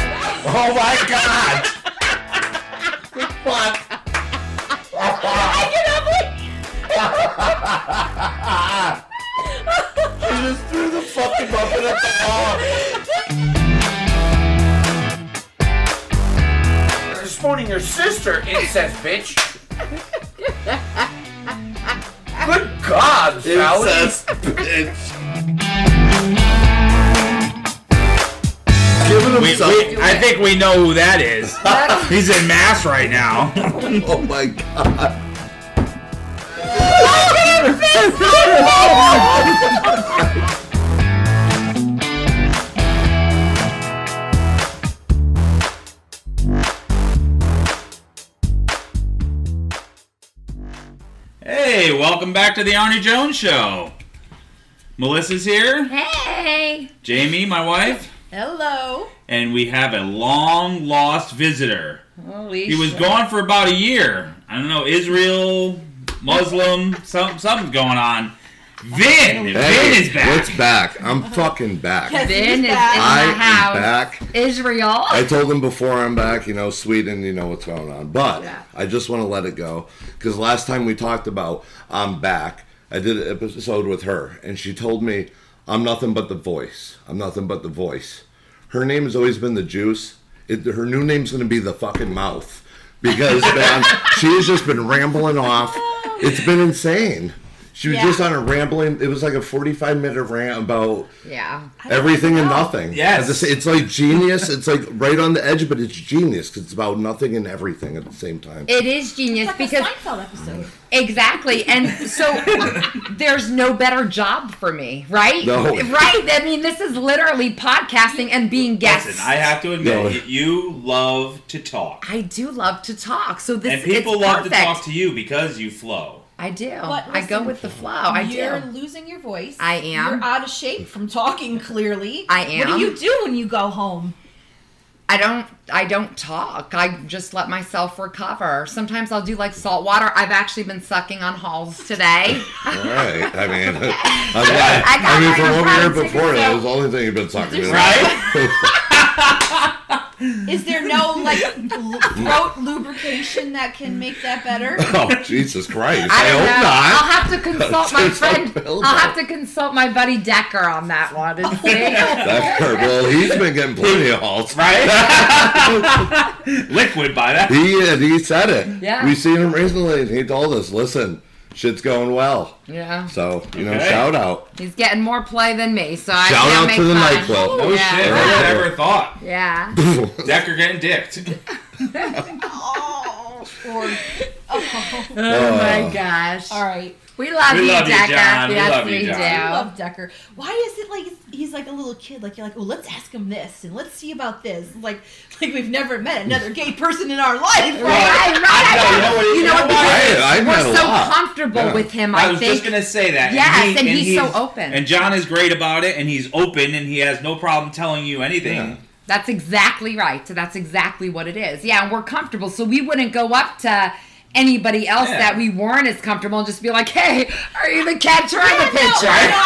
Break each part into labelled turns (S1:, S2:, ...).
S1: Oh my god! Fuck!
S2: I cannot believe.
S1: He just threw the fucking muffin at the wall.
S3: You're spooning your sister, incest bitch. Good God, Sally.
S1: Incest, bitch. Giving him
S4: We,
S1: something.
S4: we, I think we know who that is.
S2: That-
S4: He's in mass right now.
S1: Oh my god.
S4: hey, welcome back to the Arnie Jones Show. Melissa's here,
S2: Hey.
S4: Jamie, my wife,
S2: Hello.
S4: and we have a long lost visitor.
S2: Holy
S4: He was
S2: shit.
S4: gone for about a year. I don't know, Israel, Muslim, some, something's going on. Vin! Vin is back.
S1: It's back. I'm fucking back.
S2: Yes,
S5: Ben
S2: he's
S5: is in
S2: back.
S5: the
S1: I
S5: house.
S1: am back.
S5: Israel.
S1: I told him before I'm back, you know, Sweden, you know what's going on. But
S5: Yeah.
S1: I just want to let it go because last time we talked about I'm back, I did an episode with her, and she told me I'm nothing but the voice. I'm nothing but the voice. Her name has always been the juice. It, her new name's going to be the fucking mouth because man, she's just been rambling off. It's been insane. She was
S2: Yeah.
S1: just on a rambling. It was like a 45 minute rant about
S5: Yeah.
S1: everything and nothing.
S4: Yes.
S1: At the sa- it's like genius. It's like right on the edge, but it's genius because it's about nothing and everything at the same time.
S5: It is genius
S2: Like
S5: because
S2: a Seinfeld episode.
S5: exactly, and so there's no better job for me, right?
S1: No.
S5: Right. I mean, this is literally podcasting and being guests.
S4: Listen, I have to admit,
S1: No.
S4: y- you love to talk.
S5: I do love to talk, so this
S4: and people
S5: it's
S4: love
S5: perfect.
S4: to talk to you because you flow.
S5: I do.
S2: But
S5: I go
S2: listen,
S5: with the flow. I
S2: You're
S5: do.
S2: losing your voice.
S5: I am.
S2: You're out of shape from talking clearly.
S5: I
S2: What
S5: am.
S2: do you do when you go home?
S5: I don't. I don't talk. I just let myself recover. Sometimes I'll do like salt water. I've actually been sucking on halls today.
S1: All right. I mean, I'm glad.
S5: I got
S1: I mean,
S5: my
S1: from over
S5: proud
S1: here
S5: tickets
S1: before, that
S5: out.
S1: was the only thing you've been talking about.
S4: Right?
S2: Is there no like l- throat lubrication that can make that better?
S1: Oh, Jesus Christ. I,
S5: I don't know. I'll
S1: hope
S5: have to consult my
S1: It's
S5: friend.
S1: unbelievable.
S5: I'll have to consult my buddy Decker on that one and
S4: Oh,
S5: see.
S1: not. That hurt. Well, he's been getting plenty of halts.
S4: Right? Liquid by that.
S1: He, and he said it.
S5: Yeah.
S1: we seen him recently, and he told us, listen, shit's going well.
S5: yeah,
S1: So, you know,
S4: Okay.
S1: shout out.
S5: he's getting more play than me, so I
S1: Shout
S5: can't
S1: out
S5: make
S1: to the
S5: fun.
S1: nightclub.
S4: Oh
S5: yeah.
S4: shit, I
S1: Yeah.
S4: never thought.
S5: Yeah.
S4: Decker getting dicked.
S2: oh, or, oh.
S5: Oh my gosh.
S2: All right.
S5: We love
S4: Uh, We
S5: you,
S4: love you,
S5: Decker.
S4: John. We
S5: Yes,
S4: love you,
S5: we
S4: John.
S2: I
S5: do.
S2: love Decker. Why is it like he's like a little kid? Like you're like, well, let's ask him this and let's see about this. Like, like we've never met another gay person in our life.
S5: Right,
S2: Right?
S5: right, right.
S4: know what it-
S5: You know
S4: you know
S5: what?
S4: what?
S5: Because
S1: I- I met a
S5: we're so
S1: lot.
S5: comfortable
S1: Yeah.
S5: with him. I,
S4: I was
S5: think.
S4: just gonna say that.
S5: Yes, and he's so open.
S4: And John is great about it, and he's open, and he has no problem telling you anything.
S1: Yeah.
S5: That's exactly right. So that's exactly what it is. Yeah, and we're comfortable. So we wouldn't go up to anybody else
S4: Yeah.
S5: that we weren't as comfortable and just be like, hey, are you the catcher or
S2: Yeah,
S5: the pitcher?
S2: No, I know,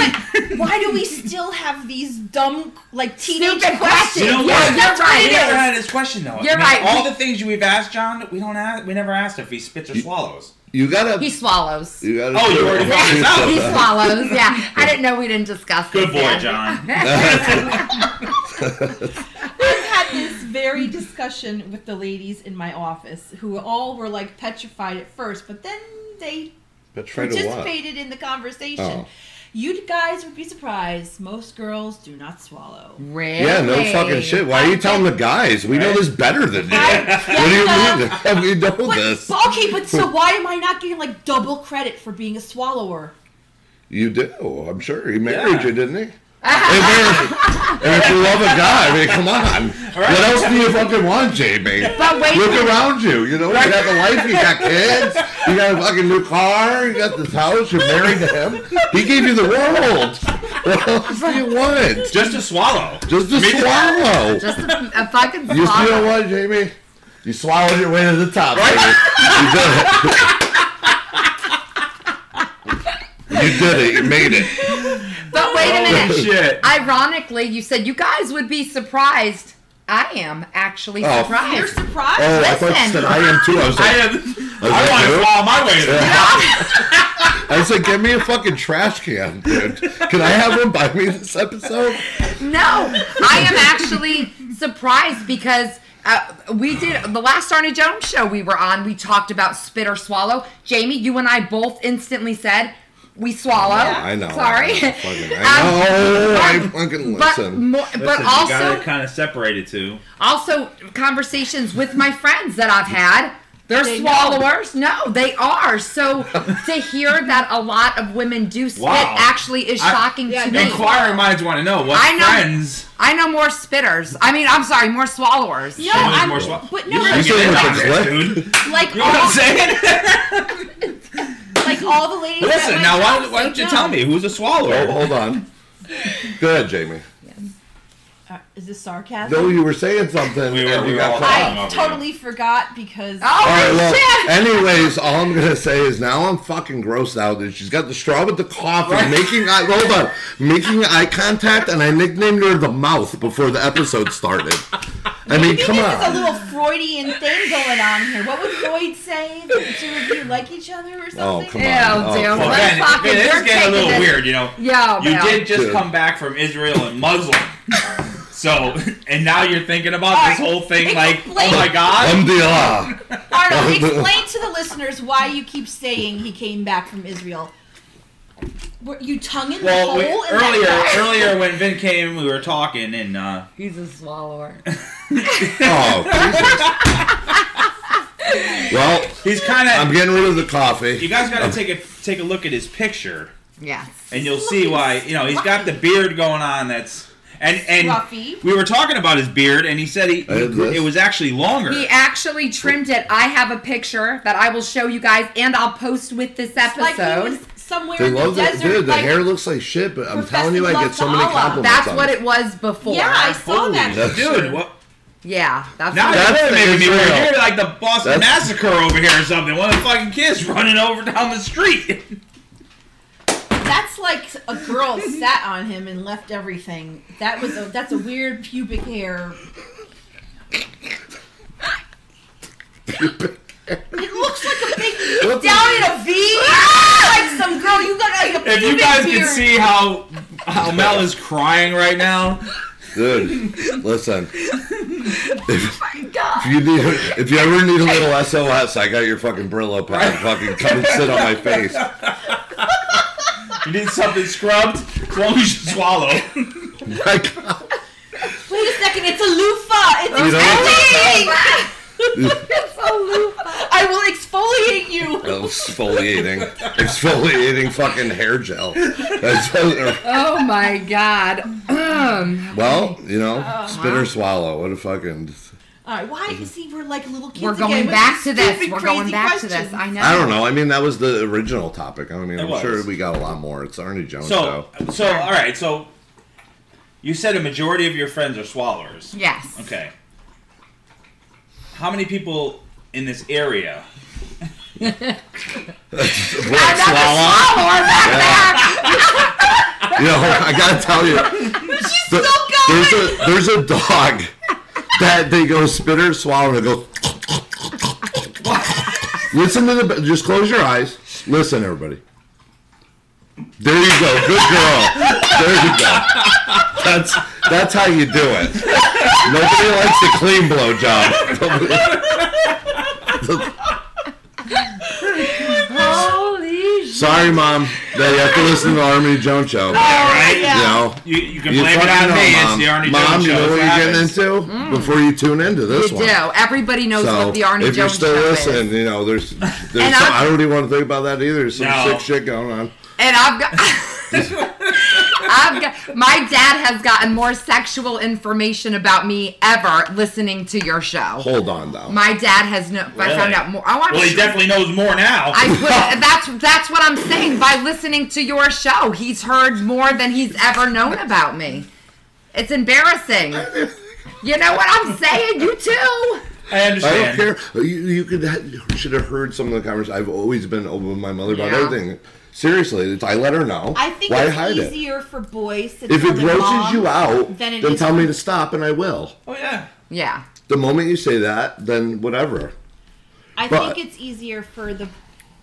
S2: I get it.
S4: Sure.
S2: Why do we still have these dumb, like teenage
S5: Stupid
S2: questions?
S5: questions.
S4: You know
S5: Yeah,
S4: what?
S5: you're
S2: That's
S5: right.
S2: what
S4: We
S2: it
S4: never
S2: is.
S4: had this question though.
S5: You're
S4: I mean,
S5: right.
S4: All the things we've asked John, we don't ask. We never asked if he spits or swallows.
S1: You gotta.
S5: He swallows.
S1: you gotta
S4: Oh, you already found this out.
S5: he swallows. Yeah, I didn't know we didn't discuss.
S4: Good
S5: this
S4: boy,
S5: yet.
S4: John.
S2: I've had this very discussion with the ladies in my office who all were like petrified at first, but then they
S1: But try to what?
S2: participated in the conversation.
S1: Oh.
S2: You guys would be surprised. Most girls do not swallow.
S1: Mm.
S5: Really?
S1: Yeah, no fucking shit. Why are you telling the guys? We know this better than you. What do you mean? We know
S2: But,
S1: this.
S2: but okay, but so why am I not getting like double credit for being a swallower?
S1: You do. I'm sure he married
S4: Yeah.
S1: you, didn't he? And if, and if you love a guy, I mean, come on. What else do you fucking want, Jamie?
S5: But wait,
S1: Look around you. You know, you got the life, you got kids, you got a fucking new car, you got this house, you're married to him. He gave you the world. What else do you want?
S4: Just to swallow.
S1: Just a swallow.
S5: just a, a fucking
S1: You just, you know
S5: swallow.
S1: what, Jamie? You swallowed your way to the top, right? You did it. You did it. You made it.
S5: But wait a minute.
S4: Shit.
S5: Ironically, you said you guys would be surprised. I am actually
S1: Oh.
S5: surprised.
S2: You're surprised?
S1: Oh, I thought you
S5: Listen.
S1: said I am too. I was
S4: I,
S1: like,
S4: have,
S1: I
S4: I
S1: do?
S4: want to claw my way to the
S1: Yeah.
S4: top.
S1: I was like, give me a fucking trash can, dude. Can I have one by me this episode?
S5: No, I am actually surprised because uh, we did the last Arna Jones show we were on. We talked about spit or swallow. Jamie, you and I both instantly said we swallow.
S1: I know. I
S5: Sorry.
S1: know, fucking,
S5: Um,
S1: I know. Oh, I
S5: um,
S1: fucking
S5: but
S1: listen.
S5: more- but
S4: Listen, you
S5: also,
S4: gotta kind of separate it too.
S5: also conversations with my friends that I've had. They're
S2: They know.
S5: swallowers. No, they are. So to hear that a lot of women do spit
S4: Wow.
S5: actually is
S4: I-
S5: shocking
S2: Yeah,
S5: to me.
S4: Inquiring minds want to know what
S5: I know.
S4: friends.
S5: I know more spitters. I mean, I'm sorry, more swallowers.
S2: No,
S4: Someone's
S2: Oh, I'm,
S4: more swa-
S2: but
S4: You
S2: no,
S4: bring
S2: like,
S1: You said
S4: it in
S1: it
S4: on
S1: was
S4: this,
S1: what?
S4: dude.
S2: like
S4: You know what I'm
S2: all,
S4: saying?
S2: like all the ladies. at
S4: Listen,
S2: my
S4: now why,
S2: house,
S4: why
S2: they
S4: don't you
S2: know.
S4: tell me who's a
S1: Oh,
S4: swallower?
S1: hold on. Go ahead, Jamie.
S2: Uh, is this sarcasm?
S1: No, you were saying something.
S4: We were-
S1: and
S4: we
S1: you
S4: were all
S1: got caught.
S4: talking.
S2: I totally forgot because
S5: Oh,
S1: All right, well,
S5: shit!
S1: anyways, all I'm gonna say is now I'm fucking grossed out. That she's got the straw with the coffee, making eye hold on, making eye contact, and I nicknamed her the mouth before the episode started. I mean,
S2: I
S1: come
S2: think this is a
S1: on.
S2: little Freudian thing going on here. What would Freud say? That the two of you like each other or
S1: Oh,
S2: something?
S1: come
S5: Ew,
S1: on.
S5: dude.
S1: Oh,
S4: Well,
S5: Let's
S4: Ben,
S5: fucking-
S4: Ben, this is
S5: you're
S4: getting a
S5: taking
S4: little
S5: this-
S4: weird, you know.
S5: Yeah,
S4: you
S5: man.
S4: did just
S1: Dude.
S4: come back from Israel and Muslim, so and now you're thinking about
S2: All
S4: this
S2: right.
S4: whole thing like, oh
S2: Explain.
S4: my god.
S1: Alhamdulillah.
S2: Arnold, explain to the listeners why you keep saying he came back from Israel. Were you tongue
S1: Um,
S2: in the
S4: Well,
S2: hole?
S4: we,
S2: in that
S4: earlier,
S2: guy?
S4: earlier when Vin came, we were talking, and uh,
S5: He's a swallower.
S1: Oh, Jesus. well,
S4: he's kind
S1: I'm
S4: of.
S1: getting rid of the
S4: You
S1: coffee.
S4: guys got to take a take a look at his picture,
S5: Yes.
S4: and you'll see why. You know, he's got the beard going on. That's and and
S2: Fluffy.
S4: we were talking about his beard, and he said he,
S1: I did this.
S4: it was actually longer.
S5: He actually trimmed it. I have a picture that I will show you guys and I'll post with this
S2: like he
S5: episode.
S2: was somewhere
S1: They
S2: in
S1: love
S2: the
S1: that.
S2: desert.
S1: Dude, the
S2: like,
S1: hair looks like shit, but I'm
S2: Professor
S1: telling you, I get so many
S2: Love to Allah.
S1: compliments.
S5: That's
S1: on
S5: what
S1: it.
S5: it was before.
S2: Yeah, I saw
S4: Holy
S2: that.
S1: That's-
S4: dude. What,
S5: Yeah, that's
S4: now
S5: what
S1: That's
S4: that's
S1: the
S4: making me
S1: Israel.
S4: worried. You're like the
S1: That's-
S4: Boston Massacre over here or something. One of the fucking kids running over down the street.
S2: That's like a girl sat on him and left everything. That was a, that's a weird pubic hair. It looks like a big
S1: What the-
S2: down in a V. Like some girl, you got like a pubic
S4: If you guys
S2: beard.
S4: can see how how Mel is crying right now,
S1: Dude, listen.
S5: Oh my God.
S1: If you, need, if you ever need a little SOS, I got your fucking Brillo pad. Fucking come and sit on my face.
S4: you need something scrubbed. As long as you swallow.
S1: My God.
S2: Wait a second, it's a loofah. It's
S1: You
S2: exfoliating.
S5: It's a loofah.
S2: I will exfoliate you.
S1: Exfoliating. Exfoliating fucking hair gel. That's what-
S5: Oh my God. Um,
S1: well, you
S5: Oh,
S1: know, spit or swallow. What a fucking.
S2: All right, why? You see, we're like little kids
S5: we're
S2: again
S5: going
S2: with
S5: back
S2: these
S5: to this.
S2: stupid,
S5: We're going
S2: crazy
S5: back to
S2: questions.
S5: this. I know.
S1: I don't know. I mean, that was the original topic. I mean,
S4: It
S1: I'm
S4: was.
S1: sure we got a lot more. It's Arnie Jones
S4: So,
S1: show.
S4: so all right. So, you said a majority of your friends are swallowers.
S5: Yes.
S4: Okay. How many people in this area?
S5: I'm not a swallower back there.
S1: You know, I gotta tell you, the- there's a there's a dog that they go spitter swallow and it goes. Listen to the. Just close your eyes. Listen, everybody. There you go. Good girl. There you go. That's that's how you do it. Nobody likes the clean blow job.
S5: Holy shit.
S1: Sorry, mom, that you have to listen to the Army Jones show.
S4: Right?
S1: You know.
S4: You, you can
S1: You
S4: blame it on
S1: fucking know,
S4: me.
S1: Mom.
S4: It's the Arnie
S1: Mom,
S4: Jones
S1: you
S4: show.
S1: know
S4: It's
S1: what you're getting
S4: happens.
S1: into
S2: Mm.
S1: before you tune into this
S5: You
S1: one.
S5: do. Everybody knows
S1: So
S5: what the Arnie
S1: if you're
S5: Jones
S1: still
S5: show
S1: listening,
S5: is.
S1: you know there's there's
S5: And
S1: some,
S5: I'm-
S1: I don't even want to think about that either. There's some
S4: No.
S1: sick shit going on.
S5: And I've got. I've got, my dad has gotten more sexual information about me ever listening to your show.
S1: Hold on though.
S5: My dad has no. I found
S4: Really?
S5: out more. Oh, I'm
S4: Well, he
S5: sure-
S4: definitely knows more now.
S5: I put, that's that's what I'm saying. By listening to your show, he's heard more than he's ever known about me. It's embarrassing. You know what I'm saying? You too.
S4: I
S1: I
S4: understand.
S1: don't care. You, you could ha- you should have heard some of the conversation. I've always been open with my mother about
S5: Yeah.
S1: everything. Seriously, it's- I let her know.
S2: I think
S1: Why
S2: it's
S1: hide it?
S2: easier for boys to
S1: If
S2: tell
S1: it
S2: their
S1: grosses
S2: mom
S1: you out,
S2: than it
S1: then
S2: is-
S1: tell me to stop, and I will.
S4: Oh yeah.
S5: Yeah.
S1: The moment you say that, then whatever.
S2: I
S1: but-
S2: think it's easier for the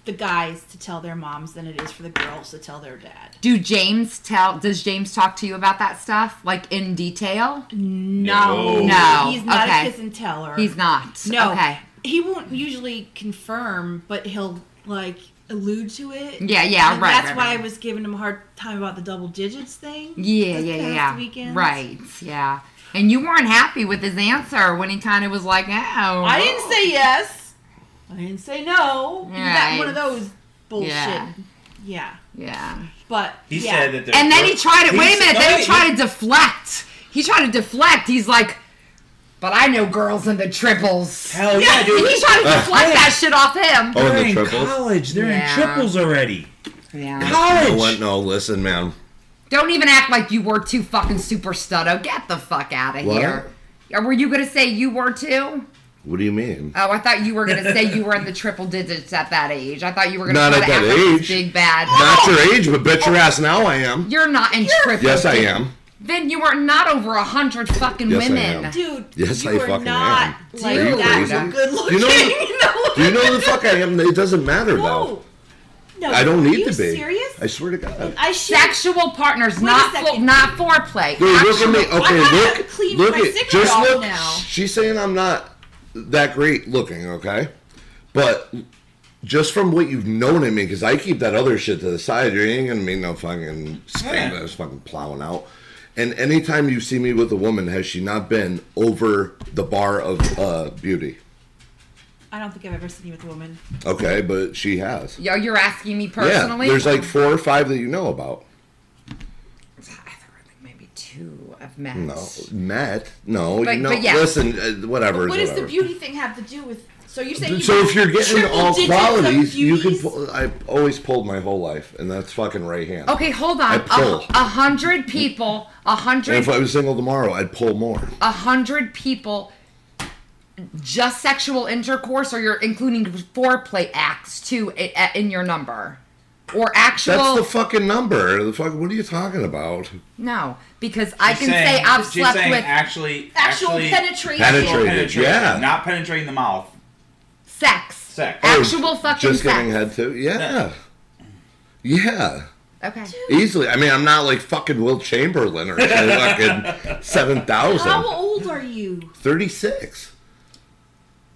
S2: the guys to tell their moms than it is for the girls to tell their dad.
S5: Do James tell? Does James talk to you about that stuff, like in detail?
S2: No,
S5: No.
S2: he's not
S5: Okay.
S2: a kiss and teller.
S5: He's not.
S2: No,
S5: Okay.
S2: he won't usually confirm, but he'll like allude to it.
S5: Yeah, yeah,
S2: And
S5: right,
S2: That's
S5: right,
S2: why
S5: right.
S2: I was giving him a hard time about the double digits thing.
S5: Yeah,
S2: this
S5: yeah, yeah,
S2: past
S5: yeah.
S2: Weekend.
S5: Right. Yeah. And you weren't happy with his answer when he kind of was like, "Oh."
S2: I didn't say yes. I didn't say no. That
S5: Right.
S2: one of those bullshit.
S5: Yeah.
S2: Yeah.
S5: Yeah.
S2: But
S6: He
S2: yeah.
S6: said that. there's
S5: And then
S6: no-
S5: he tried to
S6: He
S5: wait a
S6: said-
S5: minute.
S6: no,
S5: Then
S6: he-
S5: he tried to deflect. He tried to deflect. He's like, "But I know girls in the triples."
S6: Hell yeah,
S5: And
S6: dude.
S5: he tried to
S1: Uh,
S5: deflect
S6: yeah.
S5: that shit off him.
S1: Oh, and
S6: They're
S1: the
S6: in
S1: triples.
S6: college. They're
S5: Yeah.
S6: in triples already.
S5: Yeah.
S6: College.
S1: No, what? no, listen, man.
S5: Don't even act like you were too fucking super stutto. Get the fuck out of
S1: What?
S5: here. Or were you gonna say you were too?
S1: What do you mean?
S5: Oh, I thought you were gonna say you were in the triple digits at that age. I thought you were gonna
S1: Not
S5: try
S1: at
S5: to
S1: that
S5: act like this
S1: age.
S5: big bad.
S1: Not your age, but bet your ass now I am.
S5: You're not in triple.
S1: Yes, I
S5: digits.
S1: am.
S5: Then you are not over a hundred fucking
S1: Yes, I
S5: women.
S1: am.
S2: Dude,
S1: Yes,
S2: you
S1: I
S2: are
S1: fucking
S2: not
S1: am.
S2: like
S5: Are you
S2: that
S5: crazy?
S2: good looking.
S1: know-
S2: no.
S1: Do you know who the fuck I am? It doesn't matter
S2: no.
S1: though.
S2: No.
S1: I don't need
S2: Are you
S1: to be.
S2: serious?
S1: I swear to God.
S2: I should.
S5: Sexual partners,
S2: Wait a
S5: not fo-
S2: second.
S5: not foreplay.
S1: Dude, look at me.
S5: Actual-
S1: Okay,
S2: I'm
S1: look.
S2: not cleaning
S1: look
S2: my
S1: at
S2: cigarette
S1: just
S2: off
S1: look.
S2: now.
S1: She's saying I'm not that great looking. Okay, but just from what you've known of me, because I keep that other shit to the side. You ain't gonna mean no fucking skin
S6: Yeah.
S1: that's fucking plowing out. And anytime you see me with a woman, has she not been over the bar of uh, beauty?
S2: I don't think I've ever seen you with a woman.
S1: Okay, but she has.
S5: Yo, you're asking me personally.
S1: Yeah, there's like four or five that you know about.
S5: I thought like maybe two I've met.
S1: No, Matt. No,
S5: But-
S1: you know.
S5: but yeah.
S1: Listen, uh, whatever.
S2: What
S1: is
S2: does the
S1: whatever.
S2: beauty thing have to do with? So you're saying you
S1: So if you're getting
S2: triple
S1: all
S2: digits of
S1: qualities, you can.
S2: beauties?
S1: Pull, I've always pulled my whole life, and that's fucking right hand.
S5: Okay, hold
S1: I
S5: on. A,
S1: pull.
S5: a hundred people. A
S1: And
S5: hundred.
S1: if I was single tomorrow, I'd pull more.
S5: A hundred people. Just sexual intercourse, or you're including foreplay acts too i- a- in your number, or actual.
S1: That's the fucking number. The fuck. What are you talking about?
S5: no, because I can
S4: She's saying-
S5: say I've
S4: she's
S5: slept
S4: saying
S5: with
S4: actually
S2: actual
S4: actually
S2: penetration.
S1: Penetrate.
S4: penetration,
S1: Yeah.
S4: not penetrating the mouth.
S5: sex.
S4: Sex.
S5: Actual fucking
S1: Oh, Just
S5: sex.
S1: getting head too. Yeah. Yeah.
S5: Okay.
S1: Easily. I mean, I'm not like fucking Will Chamberlain or fucking seven
S2: How
S1: thousand.
S2: old are you?
S1: Thirty six.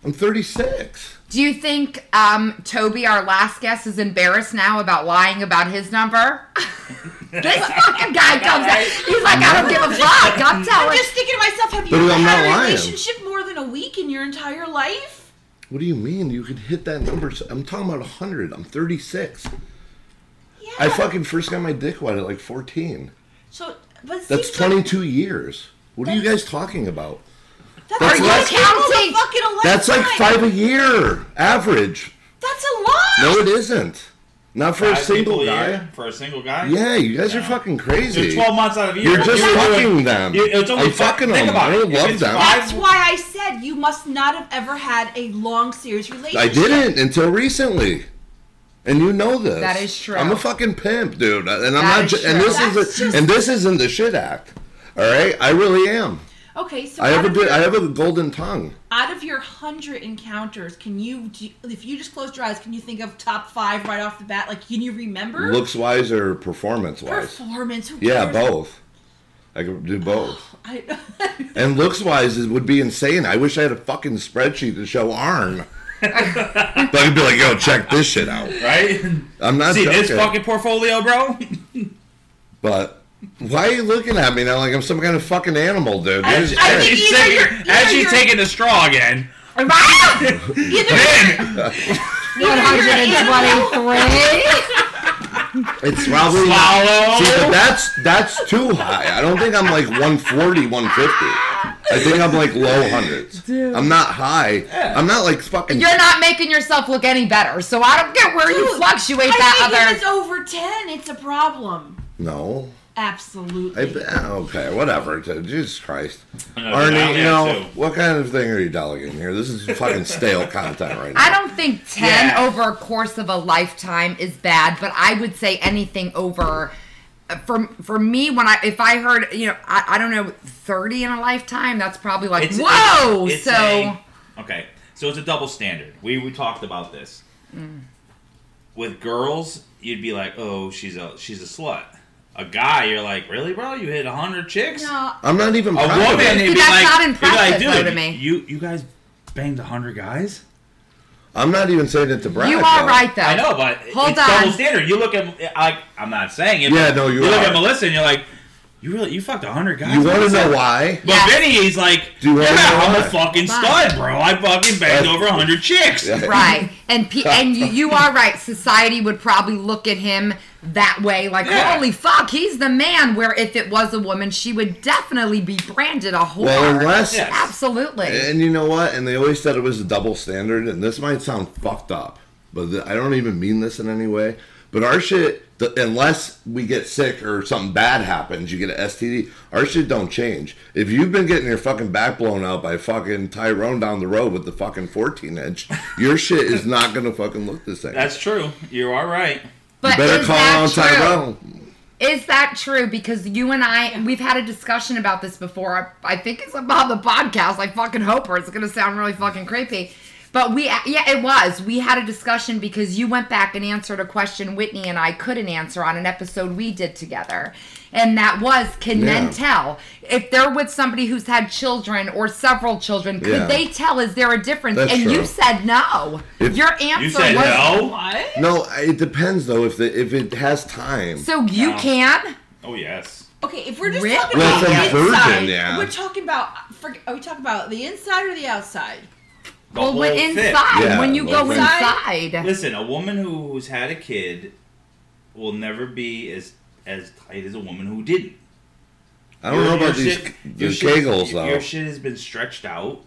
S1: I'm thirty six.
S5: Do you think um, Toby, our last guest, is embarrassed now about lying about his number? this fucking guy comes out. He's like, I don't give a fuck. I'm
S2: I'm
S5: telling.
S2: just thinking to myself, have you
S1: But I'm
S2: ever
S1: not
S2: had a
S1: lying.
S2: relationship more than a week in your entire life?
S1: What do you mean? You could hit that number. so- I'm talking about 100. I'm 36.
S2: Yeah.
S1: I fucking first got my dick wet at like 14.
S2: So, but it
S1: That's
S2: seems like-
S1: 22 years. What are you guys talking about?
S2: That's,
S1: That's
S2: a
S1: less-
S2: lot of
S5: counting?
S2: fucking a
S1: That's like
S2: lifetime.
S1: five a year average.
S2: That's a lot.
S1: No, it isn't. Not for a
S4: Five
S1: single
S4: people
S1: guy.
S4: year for a single guy.
S1: Yeah, you guys are fucking
S4: There's
S1: crazy.
S4: 12 months out of a year.
S1: You're just
S4: only-
S1: fucking them.
S4: you- it's only
S1: I'm
S4: fi-
S1: fucking
S4: think
S1: them.
S4: about
S1: I
S4: it.
S1: don't
S4: If
S1: love
S4: it's
S1: them.
S4: five-
S2: That's why I said you must not have ever had a long, serious relationship.
S1: I didn't until recently. And you know this.
S5: That is true.
S1: I'm a fucking pimp, dude. And I'm
S5: That
S1: not
S5: is
S1: ju- and
S5: true.
S1: this
S2: That's
S1: isn't
S2: just-
S1: and this isn't the shit act. All right? I really am.
S2: Okay, so
S1: I
S2: out,
S1: have a
S2: of
S1: good,
S2: your,
S1: I have a golden tongue.
S2: out of your hundred encounters, can you, do- if you just closed your eyes, can you think of top five right off the bat? Like, can you remember?
S1: Looks wise or performance wise?
S2: Performance. who
S1: Yeah,
S2: cares?
S1: both. I could do both.
S2: I,
S1: And looks wise is, would be insane. I wish I had a fucking spreadsheet to show Arn. but I could be like, yo, check this shit out.
S4: Right?
S1: I'm not
S4: See
S1: joking.
S4: this fucking portfolio, bro?
S1: but why are you looking at me now like I'm some kind of fucking animal, dude? Jesus
S2: I
S1: Christ.
S2: think
S4: She's
S2: either
S4: taking-
S2: you're- either
S4: as she's
S2: you're-
S4: taking the straw again.
S5: Right?
S4: Man,
S5: One hundred and twenty-three.
S1: it's probably not- See, but
S4: follow.
S1: that's that's too high. I don't think I'm like 140, 150. I think I'm like low hundreds. I'm not high. I'm not like fucking
S5: You're not making yourself look any better, so I don't get where you
S2: Dude,
S5: fluctuate
S2: I
S5: that
S2: think if
S5: other.
S2: it's over ten, it's a problem.
S1: No.
S2: Absolutely.
S1: I, bet- okay, whatever. Jesus Christ,
S4: know,
S1: Arnie,
S4: I'm
S1: you
S4: there,
S1: know
S4: too.
S1: what kind of thing are you delegating here? This is fucking stale content right now.
S5: I don't think 10
S4: Yeah.
S5: over a course of a lifetime is bad, but I would say anything over uh, for for me when I if I heard, you know, I, I don't know 30 in a lifetime, that's probably like
S4: It's-
S5: whoa.
S4: it's- it's
S5: so
S4: a- okay, so it's a double standard. We we talked about this.
S5: Mm.
S4: With girls, you'd be like, "Oh, she's a she's a slut." A guy, you're like, "Really, bro? You hit hundred chicks?"
S2: no,
S1: I'm not even
S4: A
S1: proud of
S4: woman,
S1: it.
S4: it'd be
S5: that's
S4: like,
S5: not
S4: it'd be like,
S5: impressive, though,
S4: "Dude,
S5: to me."
S4: You you guys banged hundred guys?
S1: I'm not even saying it to brag.
S5: you are
S1: though.
S5: right though.
S4: I know, but
S5: Hold
S4: it's
S5: on.
S4: double standard. You look at I, I'm not saying it.
S1: Yeah,
S4: but
S1: no, you
S4: look
S1: are.
S4: at Melissa and you're like, "You really you fucked hundred guys?"
S1: You want to
S4: Melissa?"
S1: know why?
S4: But
S5: Yes.
S4: Vinny, he's like,
S1: Do you wanna
S4: "Yeah,
S1: know
S4: I'm
S1: why?"
S4: a fucking
S5: Why?
S4: stud, bro. I fucking banged
S1: That's-
S4: over hundred chicks."
S5: Right, and pe- and you, you are right. Society would probably look at him that way, like
S4: Yeah.
S5: holy fuck, he's the man. Where if it was a woman, she would definitely be branded a whore.
S1: Well, unless
S4: Yeah.
S5: absolutely,
S1: And you know what? And they always said it was a double standard, and this might sound fucked up, but th- I don't even mean this in any way. But our shit, th- unless we get sick or something bad happens, you get an STD, our shit don't change. If you've been getting your fucking back blown out by fucking Tyrone down the road with the fucking 14 inch, your shit is not gonna fucking look the same.
S4: That's true. You are right.
S5: but
S1: Better
S5: is
S1: call
S5: that
S1: on
S5: true?
S1: Tyrone.
S5: Is that true? Because you and I, and we've had a discussion about this before. I, I think it's about the podcast. I fucking hope, or it's gonna sound really fucking creepy. But we, yeah, it was. We had a discussion because you went back and answered a question Whitney and I couldn't answer on an episode we did together, and that was can
S1: Yeah.
S5: men tell if they're with somebody who's had children or several children? Could
S1: Yeah.
S5: they tell? Is there a difference?
S1: That's
S5: and
S1: true.
S5: you said no.
S1: If-
S5: Your answer
S4: You said
S5: was
S4: no.
S2: What?
S1: No, I- it depends though. If the, if it has time,
S5: So you
S4: No.
S5: can.
S4: Oh yes.
S2: Okay, if we're just
S5: Rip-
S2: talking
S1: Well,
S2: about
S1: from
S2: the
S1: virgin,
S2: inside,
S1: yeah.
S2: we're talking about. For, are we talking about the inside or the outside?
S4: The
S5: well,
S4: whole
S5: when
S4: fit.
S5: inside,
S1: Yeah,
S5: when you
S1: the
S5: go
S1: whole thing.
S5: inside,
S4: Listen, a woman who, who's had a kid will never be as as tight as a woman who didn't.
S1: I don't know about these,
S4: your
S1: these
S4: shit-
S1: kegels
S4: your-
S1: though.
S4: Your shit has been stretched out.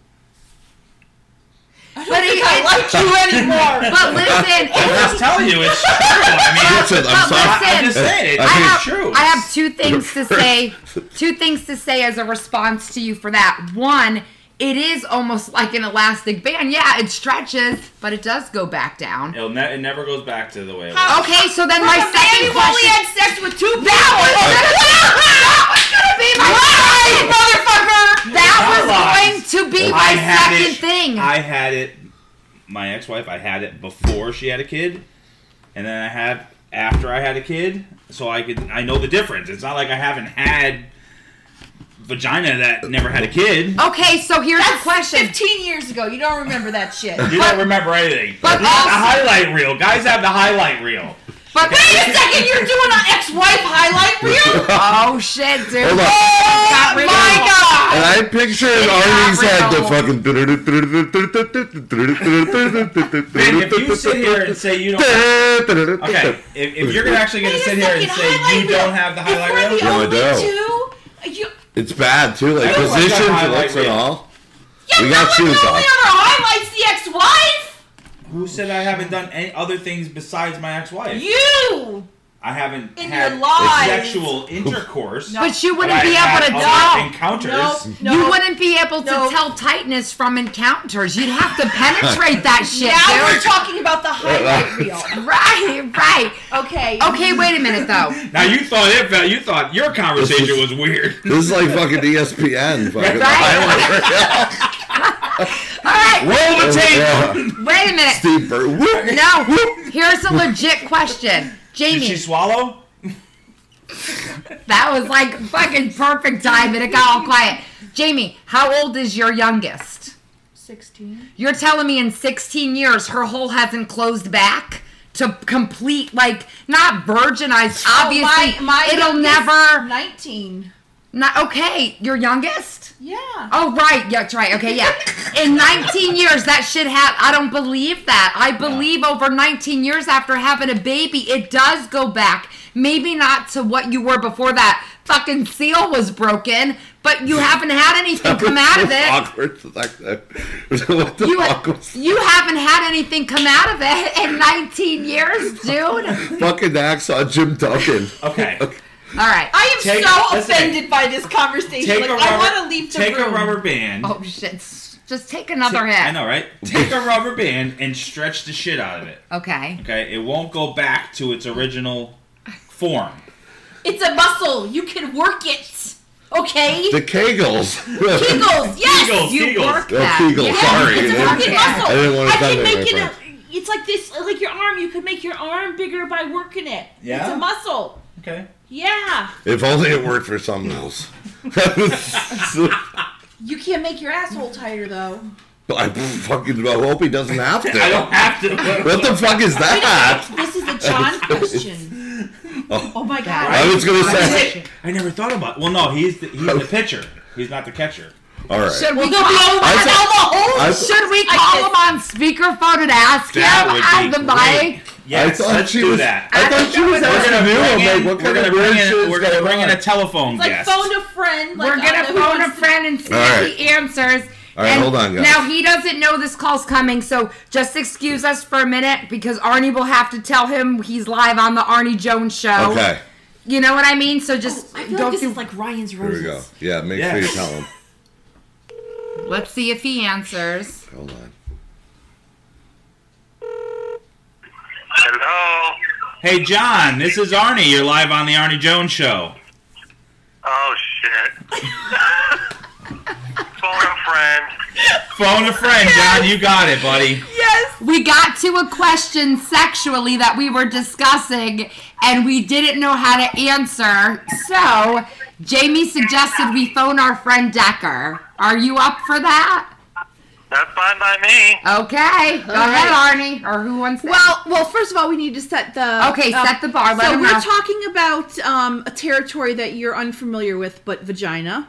S2: I don't
S5: But
S2: think
S5: it-
S2: I
S5: it-
S2: like you anymore.
S5: but listen,
S4: I'm
S5: it's-
S4: just telling you, it's true. I mean,
S1: Listen, I'm
S5: but
S1: sorry.
S5: listen,
S4: I'm just saying, it's
S1: I
S5: I
S1: mean,
S5: have,
S4: it's true.
S5: I have two things to say. Two things to say as a response to you for that. One, it is almost like an elastic band. Yeah, it stretches, but it does go back down.
S4: It'll ne- it never goes back to the way it was.
S2: How-
S5: Okay, so then
S2: From
S5: my
S2: a man
S5: second
S2: who only
S5: question.
S2: had sex with two
S5: That was that was gonna be my second, motherfucker. That was going to be my
S4: I had
S5: second
S4: it,
S5: thing.
S4: I had it. My ex-wife, I had it before she had a kid, and then I have after I had a kid, so I could I know the difference. It's not like I haven't had vagina that never had a kid.
S5: okay, so here's the
S2: That's
S5: question.
S2: 15 years ago. You don't remember that shit.
S4: You don't remember anything.
S5: but
S4: But not the
S5: also-
S4: highlight reel. Guys have the highlight reel.
S5: But
S2: Wait a second, you're doing an ex-wife highlight reel? Oh
S5: Oh shit, dude.
S1: Hold on.
S5: Got
S2: my
S5: real.
S2: God.
S1: And I pictured Arnie's head the fucking.
S4: Ben, if you sit here and say you don't, okay, if, if you're gonna actually gonna
S2: Wait a
S4: sit here and
S2: second,
S4: say
S2: highlight
S4: you
S2: reel.
S4: don't have the highlight
S2: if
S4: reel,
S2: we're the
S1: Yeah, I
S2: only
S1: don't.
S2: two, uh, you,
S1: It's bad too, like
S4: Everyone's got
S1: positions,
S4: highlight
S1: looks and
S4: reel.
S1: all.
S2: yeah,
S1: We
S2: no
S1: got
S2: one
S1: shoes
S2: only
S1: on.
S2: other highlights the ex-wife?
S4: who said I haven't done any other things besides my ex-wife?
S2: You!
S4: I haven't
S2: In
S4: had
S2: your lives.
S4: sexual intercourse.
S2: No.
S5: But you
S4: but
S5: wouldn't be
S4: I've
S5: able to
S4: had
S5: tell.
S4: other Encounters.
S2: No, no.
S5: You wouldn't be able to
S2: No.
S5: tell tightness from encounters. You'd have to penetrate that shit,
S2: Now we're
S5: dude.
S2: talking about the highlight reel.
S5: Right, right.
S2: Okay.
S5: Okay, wait a minute though.
S4: Now you thought it. felt- You thought your conversation was weird.
S1: This is like fucking E ESPN. Fucking
S5: All right,
S4: Roll the tape.
S1: Yeah.
S5: wait a minute.
S1: Steve Bur- whoop.
S5: No, here's a legit question,
S4: Did she
S5: Jamie.
S4: swallow?
S5: That was like fucking perfect time, and it got all quiet. Jamie, how old is your youngest?
S2: 16.
S5: You're telling me in 16 years her hole hasn't closed back to complete, like, not virginized, obviously. it'll
S2: Oh, youngest-
S5: never.
S2: 19.
S5: Not, okay, your youngest?
S2: Yeah.
S5: Oh, right. Yeah, that's right. Okay, yeah. In 19 years, that shit had. I don't believe that. I believe over 19 years after having a baby, it does go back. Maybe not to what you were before that fucking seal was broken, but you haven't had anything come out of it.
S1: Awkward. Like that. what the
S5: You,
S1: fuck was
S5: you haven't had anything come out of it in 19 years, dude.
S1: fucking axe on Jim Duncan?
S4: Okay.
S5: All right.
S2: I am
S4: Take-
S2: so
S4: listen.
S2: offended by this conversation.
S4: Take
S2: Like,
S4: a
S2: I
S4: rubber,
S2: want to leave the
S4: take
S2: room.
S4: a rubber band.
S5: oh shit! S- Just take another
S4: Ta-
S5: hit.
S4: I know, right? Take a rubber band and stretch the shit out of it.
S5: Okay.
S4: Okay, it won't go back to its original form.
S2: It's a muscle. You can work it. Okay?
S1: The Kegels.
S2: Kegels, yes!
S4: Kegels.
S5: you
S4: Kegels.
S5: work
S1: Oh,
S5: that.
S1: Kegels,
S5: Yeah,
S1: sorry.
S5: it's
S2: It's a
S5: a
S2: fucking
S5: work
S2: muscle.
S5: it.
S1: I didn't wanna
S2: I
S1: offend
S2: can make it.
S1: anybody.
S2: A, it's like this, like your arm. You could make your arm bigger by working it. It's
S4: Yeah?
S2: a muscle.
S4: Okay.
S2: Yeah.
S1: If only it worked for something else.
S2: You can't make your asshole tighter though.
S1: But I fucking I hope he doesn't have to.
S4: I don't have to.
S1: what the fuck is that?
S2: This is a John question. Oh my god.
S1: I was gonna say.
S2: Question.
S4: I never thought about. Well, no, he's the, he's the pitcher. He's not the catcher.
S1: All right.
S5: Should we
S2: Well, they'll be
S5: call,
S2: over
S1: I
S2: now
S1: thought-
S2: the whole
S1: I-
S5: should we
S2: I
S5: call
S2: said-
S5: him on speakerphone and ask
S4: That
S5: him
S4: would
S5: on
S4: be
S5: the
S4: great.
S5: mic?
S4: Yes,
S1: I thought
S4: let's
S1: she
S4: do
S1: was,
S4: that.
S1: I thought she was
S5: We're
S4: We're
S1: asking
S4: gonna
S1: you.
S4: bring
S1: I'm
S4: in,
S1: like, what
S4: we're
S1: kind
S4: gonna
S1: of
S4: bring
S1: weird shit
S4: in,
S1: is
S4: we're gonna
S1: going
S4: bring in
S1: on?
S4: a telephone
S2: like
S4: guest.
S2: phone a friend. Like,
S5: We're
S2: I
S5: gonna
S2: don't know who
S5: phone a
S2: wants to-
S5: friend and see
S1: All
S5: if
S1: right.
S5: he answers.
S1: All right,
S5: And
S1: hold on, guys.
S5: Now he doesn't know this call's coming, so just excuse us for a minute because Arnie will have to tell him he's live on the Arnie Jones show.
S1: Okay.
S5: You know what I mean? So just
S2: Oh, I feel
S5: go
S2: like this
S5: through.
S2: is like Ryan's
S1: Here
S2: roses.
S1: we go. Yeah, make
S4: Yeah.
S1: sure you tell him.
S5: Let's see if he answers.
S1: Hold on.
S6: Hello.
S4: Hey, John, this is Arnie. You're live on the Arnie Jones show.
S6: Oh shit. Phone a friend.
S4: Phone a friend, John. You got it, buddy.
S5: We got to a question sexually that we were discussing and we didn't know how to answer. So Jamie suggested we phone our friend Decker. Are you up for that?
S6: That's fine by me.
S5: Okay. Go
S2: All
S5: ahead, Arnie. Or who wants to
S2: Well, well. First of all, we need to set the um,
S5: Okay, set the bar. Let
S2: so
S5: him
S2: we're
S5: know.
S2: talking about um, a territory that you're unfamiliar with, but vagina.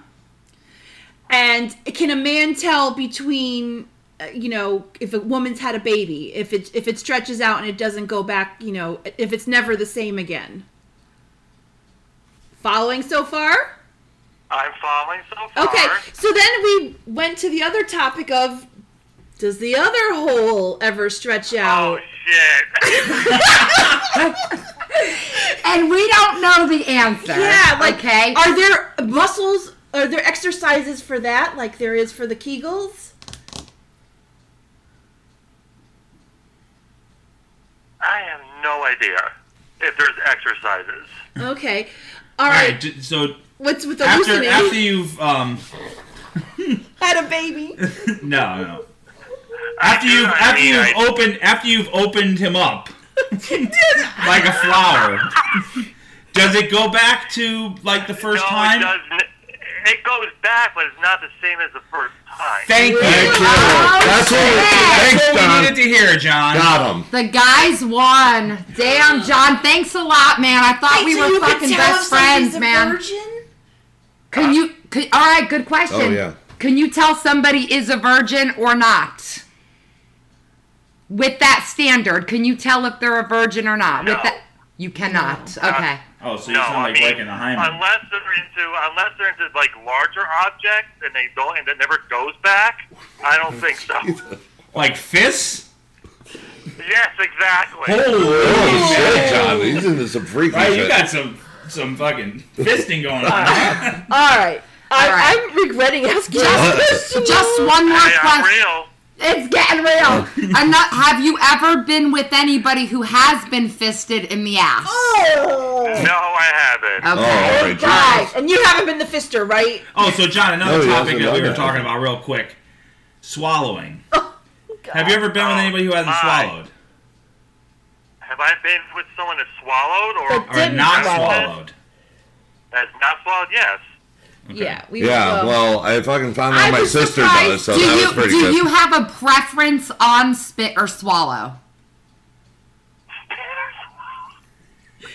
S2: And can a man tell between, uh, you know, if a woman's had a baby, if it if it stretches out and it doesn't go back, you know, if it's never the same again? Following so far?
S6: I'm following so far.
S2: Okay, so then we went to the other topic of does the other hole ever stretch
S6: Oh
S2: out?
S6: shit.
S5: And we don't know the answer.
S2: Yeah, like
S5: okay.
S2: Are there muscles? Are there exercises for that, like there is for the Kegels?
S6: I have no idea if there's exercises.
S2: Okay, all
S4: All right.
S2: right.
S4: j- So
S2: What's with the
S4: after
S2: loosening?
S4: after you've um
S2: Had a baby.
S4: no no after
S6: do,
S4: you've
S6: I
S4: after
S6: mean,
S4: you've
S6: I-
S4: opened after you've opened him up like a flower. Does it go back to like the first
S6: no,
S4: time?
S6: it doesn't. It goes back, but it's not the same as the first time.
S4: Thank you.
S1: Thank you.
S5: Oh,
S1: That's what
S5: shit.
S1: we
S4: That's what we
S1: thanks, Don.
S4: needed to hear, John.
S1: Got him.
S5: the guys won. Damn, John. Thanks a lot, man. I thought we
S2: So
S5: were
S2: you can
S5: fucking
S2: tell
S5: best
S2: if somebody's
S5: friends,
S2: a
S5: man.
S2: Virgin?
S5: Can you? Could, all right. Good question.
S1: Oh, yeah.
S5: Can you tell somebody is a virgin or not? With that standard, can you tell if they're a virgin or not?
S6: No.
S5: With that, you cannot. Okay.
S4: Oh, so you
S6: No, Uh,
S4: sound
S6: I
S4: like
S6: mean,
S4: Blake and the Hyman.
S6: unless they're into unless they're into like larger objects and they don't and it never goes back, I don't think so.
S4: Like fists?
S6: yes, exactly.
S1: Holy
S4: Holy
S1: shit, John. He's into some freaky
S4: Right, you
S1: shit.
S4: got some some fucking fisting going on.
S2: All right. I,
S5: All right.
S2: I'm regretting asking
S1: Just-
S2: this question.
S5: Just one more
S6: Hey, I'm
S5: question.
S6: real.
S5: It's getting real. I'm not, have you ever been with anybody who has been fisted in the ass?
S2: Oh,
S6: No, I haven't.
S5: Okay.
S1: Oh, all right, John.
S2: God. And you haven't been the fister, right?
S4: oh, so John, another
S1: No, he
S4: topic
S1: hasn't
S4: that we
S1: done
S4: were
S1: that.
S4: talking about real quick. Swallowing. Have you ever been with anybody who hasn't
S6: Oh, my.
S4: swallowed?
S6: Have I been with someone that swallowed or
S2: But-
S4: Or
S2: Didn't
S4: not
S2: swallow.
S4: swallowed?
S6: that's not swallowed? Yes.
S2: Yeah. We
S1: Yeah,
S2: well,
S1: well, I fucking found
S5: I
S1: out my
S5: was
S1: sister
S5: surprised.
S1: does, so
S5: do
S1: that
S5: you
S1: was pretty
S5: do
S1: good.
S5: you have a preference on spit or swallow?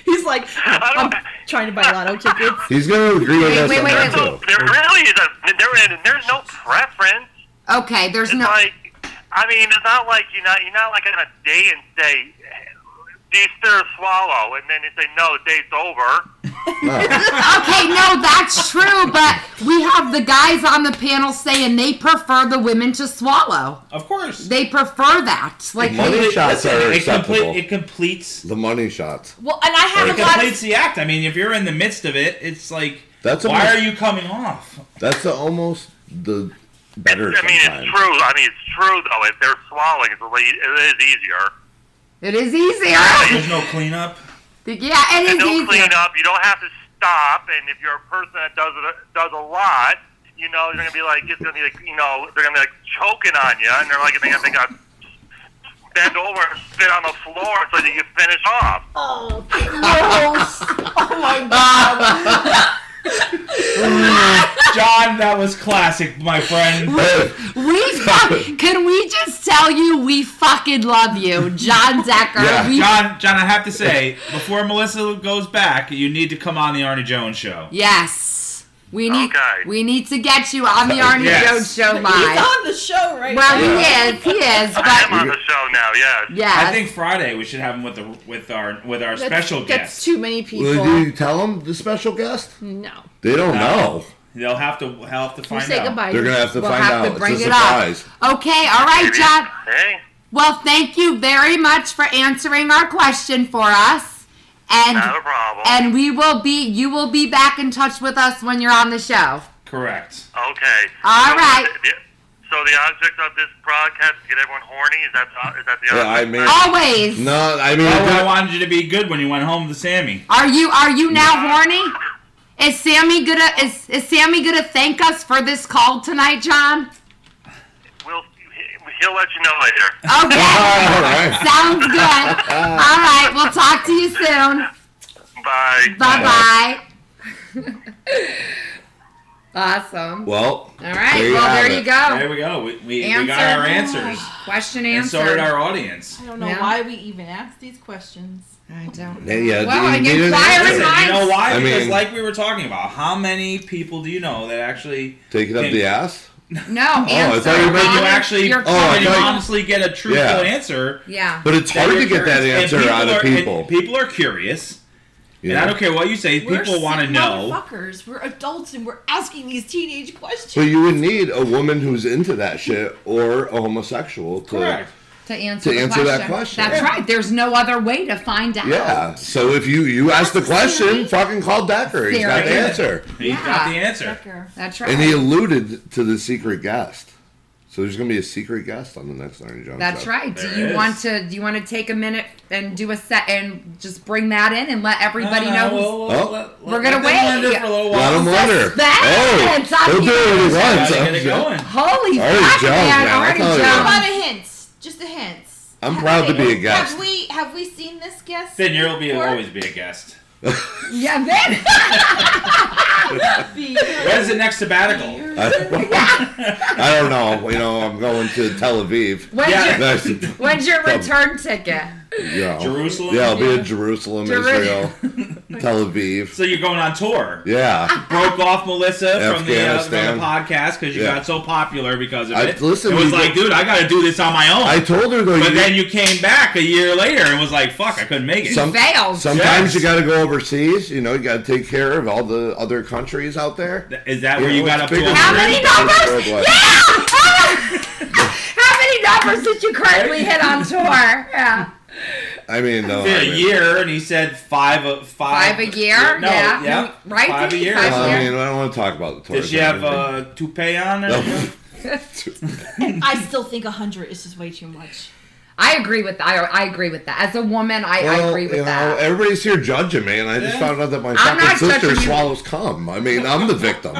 S2: he's like,
S6: I
S2: I'm
S6: don't-
S2: trying to buy lotto tickets.
S1: He's going to agree with
S5: Wait,
S1: us
S5: wait,
S1: on
S5: wait,
S1: that,
S5: wait.
S1: too.
S6: So there really is a there there's no preference.
S5: Okay, there's
S6: It's
S5: no.
S6: like I mean, it's not like you're not you're not like on a date and say do you stir or swallow? And then they say, no, the day's over.
S1: Ah,
S5: Okay, no, that's true, but we have the guys on the panel saying they prefer the women to swallow.
S4: Of course.
S5: They prefer that. Like
S1: Money
S5: they-
S1: shots are
S4: it,
S1: acceptable.
S4: complete, it completes
S1: the money shots.
S2: Well, and I
S1: Or
S2: had
S1: it
S2: a lot
S4: completes
S2: of.
S4: the act. I mean, if you're in the midst of it, it's like
S1: That's a
S4: why
S1: mis-
S4: are you coming off?
S1: That's the, almost the better.
S6: I mean, it's
S1: sometimes.
S6: true. I mean, it's true, though. If they're swallowing, it's a li- it is easier.
S5: It is easier.
S4: There's no cleanup.
S5: Yeah, it is
S6: No
S5: easier.
S6: cleanup. You don't have to stop. And if you're a person that does it, does a lot, you know, they're gonna be like, it's gonna be like, you know, they're gonna be like choking on you, and they're like, they're gonna, they're gonna bend over and spit on the floor so that you finish off.
S5: Uh,
S2: Oh,
S4: John, that was classic, my friend.
S5: We fuck, can we just tell you we fucking love you, John Decker?
S1: Yeah.
S5: We,
S4: John, John, I have to say, before Melissa goes back, you need to come on the Arnie Jones show.
S5: yes, we need
S6: Okay.
S5: we need to get you on the Arnie
S4: Yes.
S5: Jones show
S2: He's
S5: live.
S2: on the show right
S5: Well,
S2: now.
S5: he is, he is,
S6: I am
S5: but
S6: on the show now. Yes.
S5: yeah,
S4: I think Friday we should have him with the with our with our special
S2: That's
S4: guest.
S2: too many people.
S1: Well, do you tell them the special guest?
S2: no.
S1: They don't know.
S4: They'll have to they'll have to
S2: You
S4: find
S2: say
S4: out.
S2: goodbye.
S1: They're gonna have to
S5: we'll
S1: find
S5: have
S1: out.
S5: to bring
S1: it's a
S5: it up.
S1: surprise.
S5: Okay, all right, John.
S6: Hey.
S5: Well, thank you very much for answering our question for us, and
S6: Not a problem.
S5: and we will be you will be back in touch with us when you're on the show.
S4: Correct.
S6: Okay.
S5: All
S6: so
S5: right.
S6: The, so the object of this broadcast is to get everyone horny. Is that the, is that the
S1: Yeah,
S6: object?
S1: I mean-
S5: Always.
S1: No, I mean,
S4: Oh, I wanted you to be good when you went home to Sammy.
S5: Are you are you now horny? Is Sammy gonna is is Sammy gonna thank us for this call tonight, John?
S6: We'll, he'll let you know later.
S5: Okay.
S1: all right.
S5: Sounds good. All right, we'll talk to you soon.
S6: Bye.
S5: Bye bye. awesome.
S1: Well,
S5: All right.
S1: There you
S5: well,
S1: have
S5: there
S1: it.
S5: you go.
S4: There we go. We, we, we got
S5: Oh. Answer.
S4: our answers.
S5: Question
S4: And
S5: answered.
S4: so did our audience.
S2: I don't know
S5: Yeah.
S2: why we even asked these questions.
S5: I don't.
S1: yeah, you
S5: Well, I
S1: need
S5: guess
S1: an
S5: fire
S1: answer.
S5: is
S4: Listen, you know why?
S1: I
S4: because
S1: mean-
S4: like we were talking about, how many people do you know that actually
S1: Take it up
S4: can-
S1: the ass.
S5: No.
S1: Oh, I
S5: answer.
S1: thought you meant
S4: Can you
S5: Honest-
S4: actually
S5: your
S4: can
S1: Oh, I
S5: question.
S4: you
S1: thought-
S4: honestly get a truthful
S1: Yeah.
S4: answer?
S5: Yeah.
S1: But it's
S4: that
S1: hard
S4: you're
S1: to get that
S4: curious?
S1: answer
S4: And
S1: out
S4: are,
S1: of
S4: and
S1: people.
S4: people are curious, and I
S1: Yeah.
S4: don't care what you say. people
S2: we're
S4: want to
S2: sick
S4: know.
S2: Motherfuckers. We're adults and we're asking these teenage questions.
S1: So you would need a woman who's into that shit or a homosexual to.
S4: Correct.
S5: to answer,
S1: To
S5: the
S1: answer that question.
S5: That's
S1: Yeah.
S5: right. There's no other way to find out.
S1: Yeah. So if you you ask the question, fucking call Decker. He's got the
S4: Theory.
S1: answer,
S4: You
S5: Yeah.
S4: got the answer.
S2: Fucker.
S5: That's right.
S1: and he alluded to the secret guest. So there's gonna be a secret guest on the next Iron John.
S5: That's
S1: show.
S5: right. Do
S4: There
S5: you
S4: it
S5: want
S4: is.
S5: to? Do you want to take a minute and do a set and just bring that in and let everybody
S4: Uh,
S5: know? who's-
S1: Oh.
S5: We're gonna
S4: let them
S5: wait.
S4: wander for a little
S1: Let him
S4: while.
S1: wonder.
S5: Suspense!
S1: Oh, he'll do it
S4: Gotta
S1: at
S4: get it
S1: once.
S4: going.
S5: Holy
S1: Already
S5: fuck,
S1: jumped,
S5: man!
S1: man. I thought
S5: Already
S1: it
S2: How
S1: was-
S5: jumped.
S2: about a hint? Just a hint.
S1: I'm proud to be a guest.
S2: Have we have we seen this guest?
S4: Then you'll be
S2: before?
S4: always be a guest.
S5: Yeah, then.
S2: Be-
S4: Where's the next sabbatical?
S1: I don't know. You know, I'm going to Tel Aviv.
S5: When's,
S4: Yeah.
S5: your,
S1: That's,
S5: when's your return ticket?
S1: you know.
S4: Jerusalem?
S1: Yeah, I'll be in Jerusalem,
S5: Jeru-
S1: Israel, Tel Aviv.
S4: So you're going on tour.
S1: Yeah.
S4: broke off Melissa from the, uh, from the
S1: Afghanistan.
S4: podcast because you
S1: Yeah.
S4: got so popular because of
S1: I-
S4: it.
S1: listen,
S4: it was
S1: we
S4: like,
S1: did-
S4: dude, I got to do this on my own.
S1: I told her though.
S4: but
S1: you-
S4: then you came back a year later and was like, fuck, I couldn't make it.
S1: Some-
S5: Failed.
S1: Sometimes
S4: Yes.
S1: you got to go overseas. You know, you got to take care of all the other countries out there.
S4: Is that
S1: You
S4: where you
S1: know,
S4: got
S1: it's
S4: up to?
S1: bigger
S4: 100?
S5: How many numbers?
S1: Worldwide.
S5: Yeah! How many numbers did you currently hit on tour? Yeah.
S1: I mean,
S5: Oh,
S1: no,
S4: Did
S1: I
S4: a
S1: mean,
S4: year, and he said five a five
S5: Five a year?
S4: No,
S5: Yeah.
S4: yeah,
S5: Right?
S4: Five a year.
S5: Five
S1: Well,
S5: a
S1: I
S5: year.
S1: mean, I don't want to talk about the tour.
S4: Did she have uh, a toupee on? Or
S1: No.
S2: I still think hundred is just way too much.
S5: I agree with I, I agree with that. As a woman, I, I
S1: Well,
S5: agree with
S1: you know,
S5: that.
S1: everybody's here judging me, and I just
S4: Yeah.
S1: found out that my
S5: not
S1: fucking sister
S5: judging you.
S1: swallows cum. I mean, I'm the victim.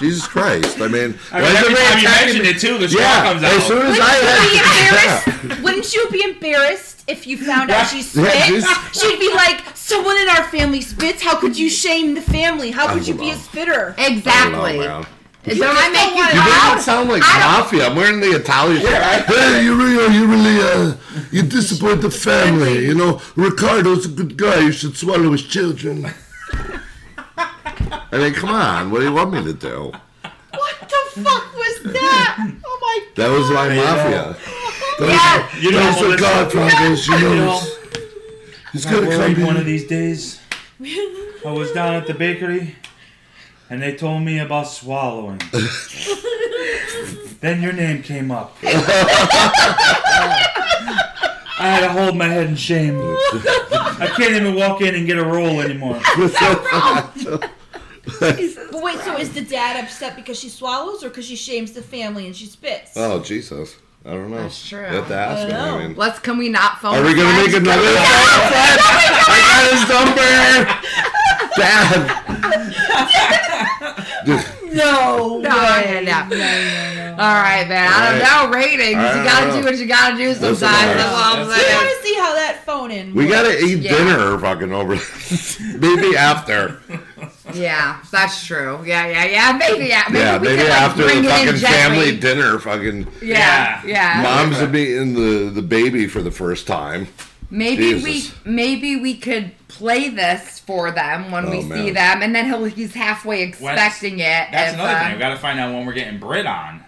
S1: Jesus Christ! I mean,
S4: I
S1: why is
S4: mean, every
S1: everybody
S4: time you
S1: attacking
S4: mentioned
S1: me?
S4: it too, the straw
S1: Yeah,
S4: comes out.
S1: as soon as I had yeah.
S2: Wouldn't you be embarrassed if you found out she
S1: Yeah,
S2: spit?
S1: just-
S2: She'd be like, "Someone in our family spits. How could you shame the family? How
S1: I
S2: could you
S1: don't
S2: be a
S1: know.
S2: spitter?"
S5: Exactly.
S1: I don't know, man.
S5: Don't I make you
S2: You
S1: You make
S5: proud?
S1: it sound like
S5: I don't-
S1: mafia. I'm wearing the Italian shirt. Hey, you really, you really, uh, you disappoint the family. You know, Ricardo's a good guy. You should swallow his children. I mean, come on. What do you want me to do?
S2: What the fuck was that? Oh my
S1: That was my
S4: you
S1: mafia. Those,
S5: Yeah.
S4: You know,
S1: those are
S4: Melissa-
S1: godfathers. You
S4: You
S1: know.
S4: know,
S1: He's
S4: I
S1: gonna
S4: worried
S1: come
S4: one
S1: in.
S4: of these days. I was down at the bakery, and they told me about swallowing. then your name came up. I had to hold my head in shame. I can't even walk in and get a roll anymore.
S2: But wait, so is the dad upset because she swallows or because she shames the family and she spits?
S1: Oh Jesus! I don't know.
S5: That's true.
S1: You have to ask
S2: I
S1: him. I
S2: know.
S1: mean,
S5: Let's can we not phone?
S1: are we
S5: a
S1: gonna
S5: friend?
S1: make another?
S5: Oh
S1: I got his number. Dad. Just-
S5: No,
S2: No.
S5: no, no. All right, man. I don't
S1: All
S5: know ratings.
S1: All right,
S5: you
S1: I
S5: gotta
S1: don't
S5: do
S1: know.
S5: what you gotta do sometimes.
S1: all right.
S5: That's all I'm
S2: We
S5: saying.
S2: want to see how that phone in.
S1: we gotta eat
S5: Yeah.
S1: dinner fucking over. this. Maybe after.
S5: Yeah, that's true. Yeah, yeah, yeah. Maybe, yeah. Maybe
S1: yeah,
S5: we
S1: maybe
S5: could, like,
S1: after the
S5: bring it in
S1: fucking
S5: gently.
S1: family dinner. Fucking
S5: Yeah, yeah.
S1: moms would be in the the baby for the first time.
S5: Maybe
S1: Jesus.
S5: we maybe we could play this for them when we
S1: Oh,
S5: see
S1: man.
S5: them, and then he'll he's halfway expecting it.
S4: That's
S5: if,
S4: another thing.
S5: uh,
S4: We gotta find out when we're getting Brit on.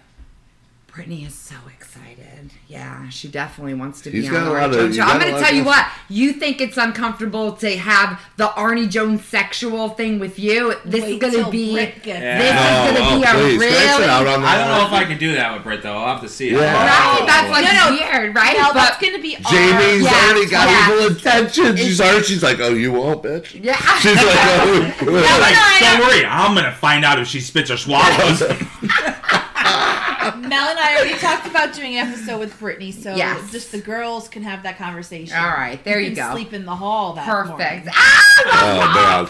S5: Brittany is so excited. Yeah, she definitely wants to
S1: He's
S5: be
S1: got a
S5: on the
S1: lot
S5: Arnie
S1: of-
S5: Jones
S1: he's
S5: show. I'm
S1: got a
S5: going to
S1: lot of
S5: tell you
S1: things.
S5: what. You think it's uncomfortable to have the Arnie Jones sexual thing with you? This
S2: Wait
S5: is going
S2: till
S5: to be.
S2: Brit gets-
S4: Yeah.
S5: This is
S1: oh,
S5: going to be
S1: please. Can
S5: a
S1: I sit out
S5: really.
S1: on
S4: I
S1: that?
S4: don't know if I can do that with Brit though. I'll have to see.
S1: Yeah.
S5: Right? That's like
S2: No, no.
S5: weird, right?
S2: No, that's
S5: but
S2: gonna be our-
S1: Jamie's
S5: Oh, Yeah,
S1: already got
S5: yeah.
S1: evil intentions. She's already, she's like, oh, you won't, bitch.
S5: yeah.
S1: She's like, oh,
S4: Like,
S5: I
S4: don't
S5: know.
S4: worry, I'm gonna find out if she spits or swallows.
S2: Mel and I already talked about doing an episode with Brittany, so
S5: Yes.
S2: just the girls can have that conversation.
S5: All right, there you,
S2: can
S5: go.
S2: Sleep in the hall. That
S5: Perfect.
S2: morning.
S1: oh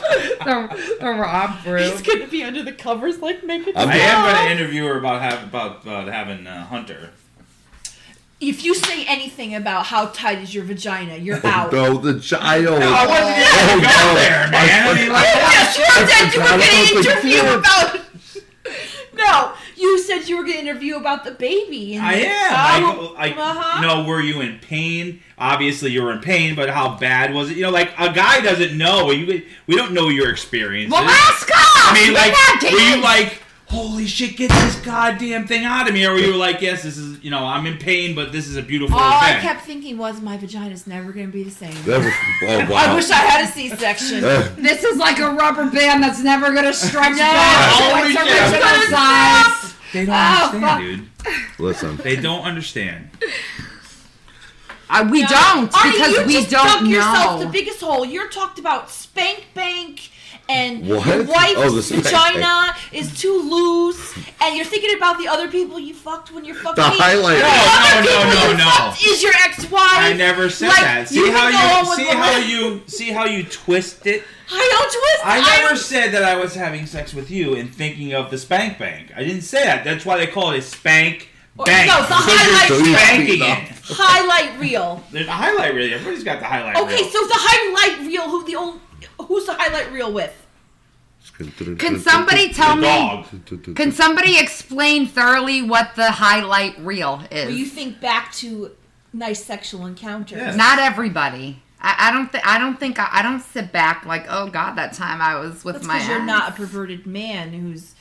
S1: man,
S5: the, the Rob Brew.
S2: He's gonna be under the covers, like making.
S1: I'm-
S4: I am gonna interview her about have, about about having uh, Hunter.
S2: If you say anything about how tight is your vagina, you're out.
S1: no, the child.
S4: Oh,
S1: Oh,
S4: I wasn't even gonna go
S1: no.
S4: there, man. I mean, like,
S2: Yes, you said you
S1: forgot
S2: were
S1: about
S2: gonna
S1: the
S2: interview
S1: kids.
S2: about. No, you said you were gonna interview about the baby. And
S4: I am.
S2: Oh,
S4: I, I,
S2: uh-huh.
S4: You know, were you in pain? Obviously, you were in pain, but how bad was it? You know, like a guy doesn't know. You, we don't know your experiences.
S5: Alaska!
S4: I mean, like,
S5: yeah,
S4: were
S5: Dan!
S4: you like, holy shit, get this goddamn thing out of me? Or were you like, yes, this is, you know, I'm in pain, but this is a beautiful
S2: All Oh, I
S4: event.
S2: kept thinking was my vagina's never gonna be the same.
S1: Never- oh wow.
S2: I wish I had a C-section.
S1: Uh,
S5: This is like a rubber band that's never gonna stretch
S4: Oh,
S5: back to its
S4: yeah.
S5: original size.
S4: they don't
S5: fuck.
S4: understand, dude.
S1: listen,
S4: They don't understand.
S5: Uh, we don't
S2: Arnie,
S5: because
S2: you
S5: we
S2: just
S5: don't
S2: dug
S5: know.
S2: yourself the biggest hole. You're talked about spank bank and
S1: What?
S2: your wife's
S1: Oh, the spank
S2: vagina is too loose, and you're thinking about the other people you fucked when you're fucking.
S1: the highlight.
S4: No,
S2: Other
S4: no,
S2: people
S4: no,
S2: you
S4: no, no.
S2: fucked Is your ex-wife?
S4: I never said
S2: Like,
S4: that. See
S2: you
S4: how
S2: can
S4: you
S2: go on with
S4: see
S2: the
S4: how
S2: rest.
S4: you see how you twist it.
S2: I don't twist.
S4: I never
S2: don't-
S4: said that I was having sex with you and thinking of the spank bank. I didn't say that. That's why they call it a spank
S2: Well,
S4: bank.
S2: no, it's a highlight
S4: Because you're
S1: reel.
S4: spanking it.
S2: highlight reel.
S4: There's a highlight reel. Everybody's got the highlight
S2: Okay,
S4: reel.
S2: so the highlight reel. Who the old? Who's the highlight reel with?
S5: Can somebody tell
S4: the
S5: me?
S4: dog.
S5: Can somebody explain thoroughly what the highlight reel is?
S2: Where you think back to nice sexual encounters.
S4: Yeah.
S5: Not everybody. I, I don't think. I don't think. I, I don't sit back like, oh god, that time I was with
S2: That's
S5: my.
S2: because you're
S5: ex."
S2: not a perverted man who's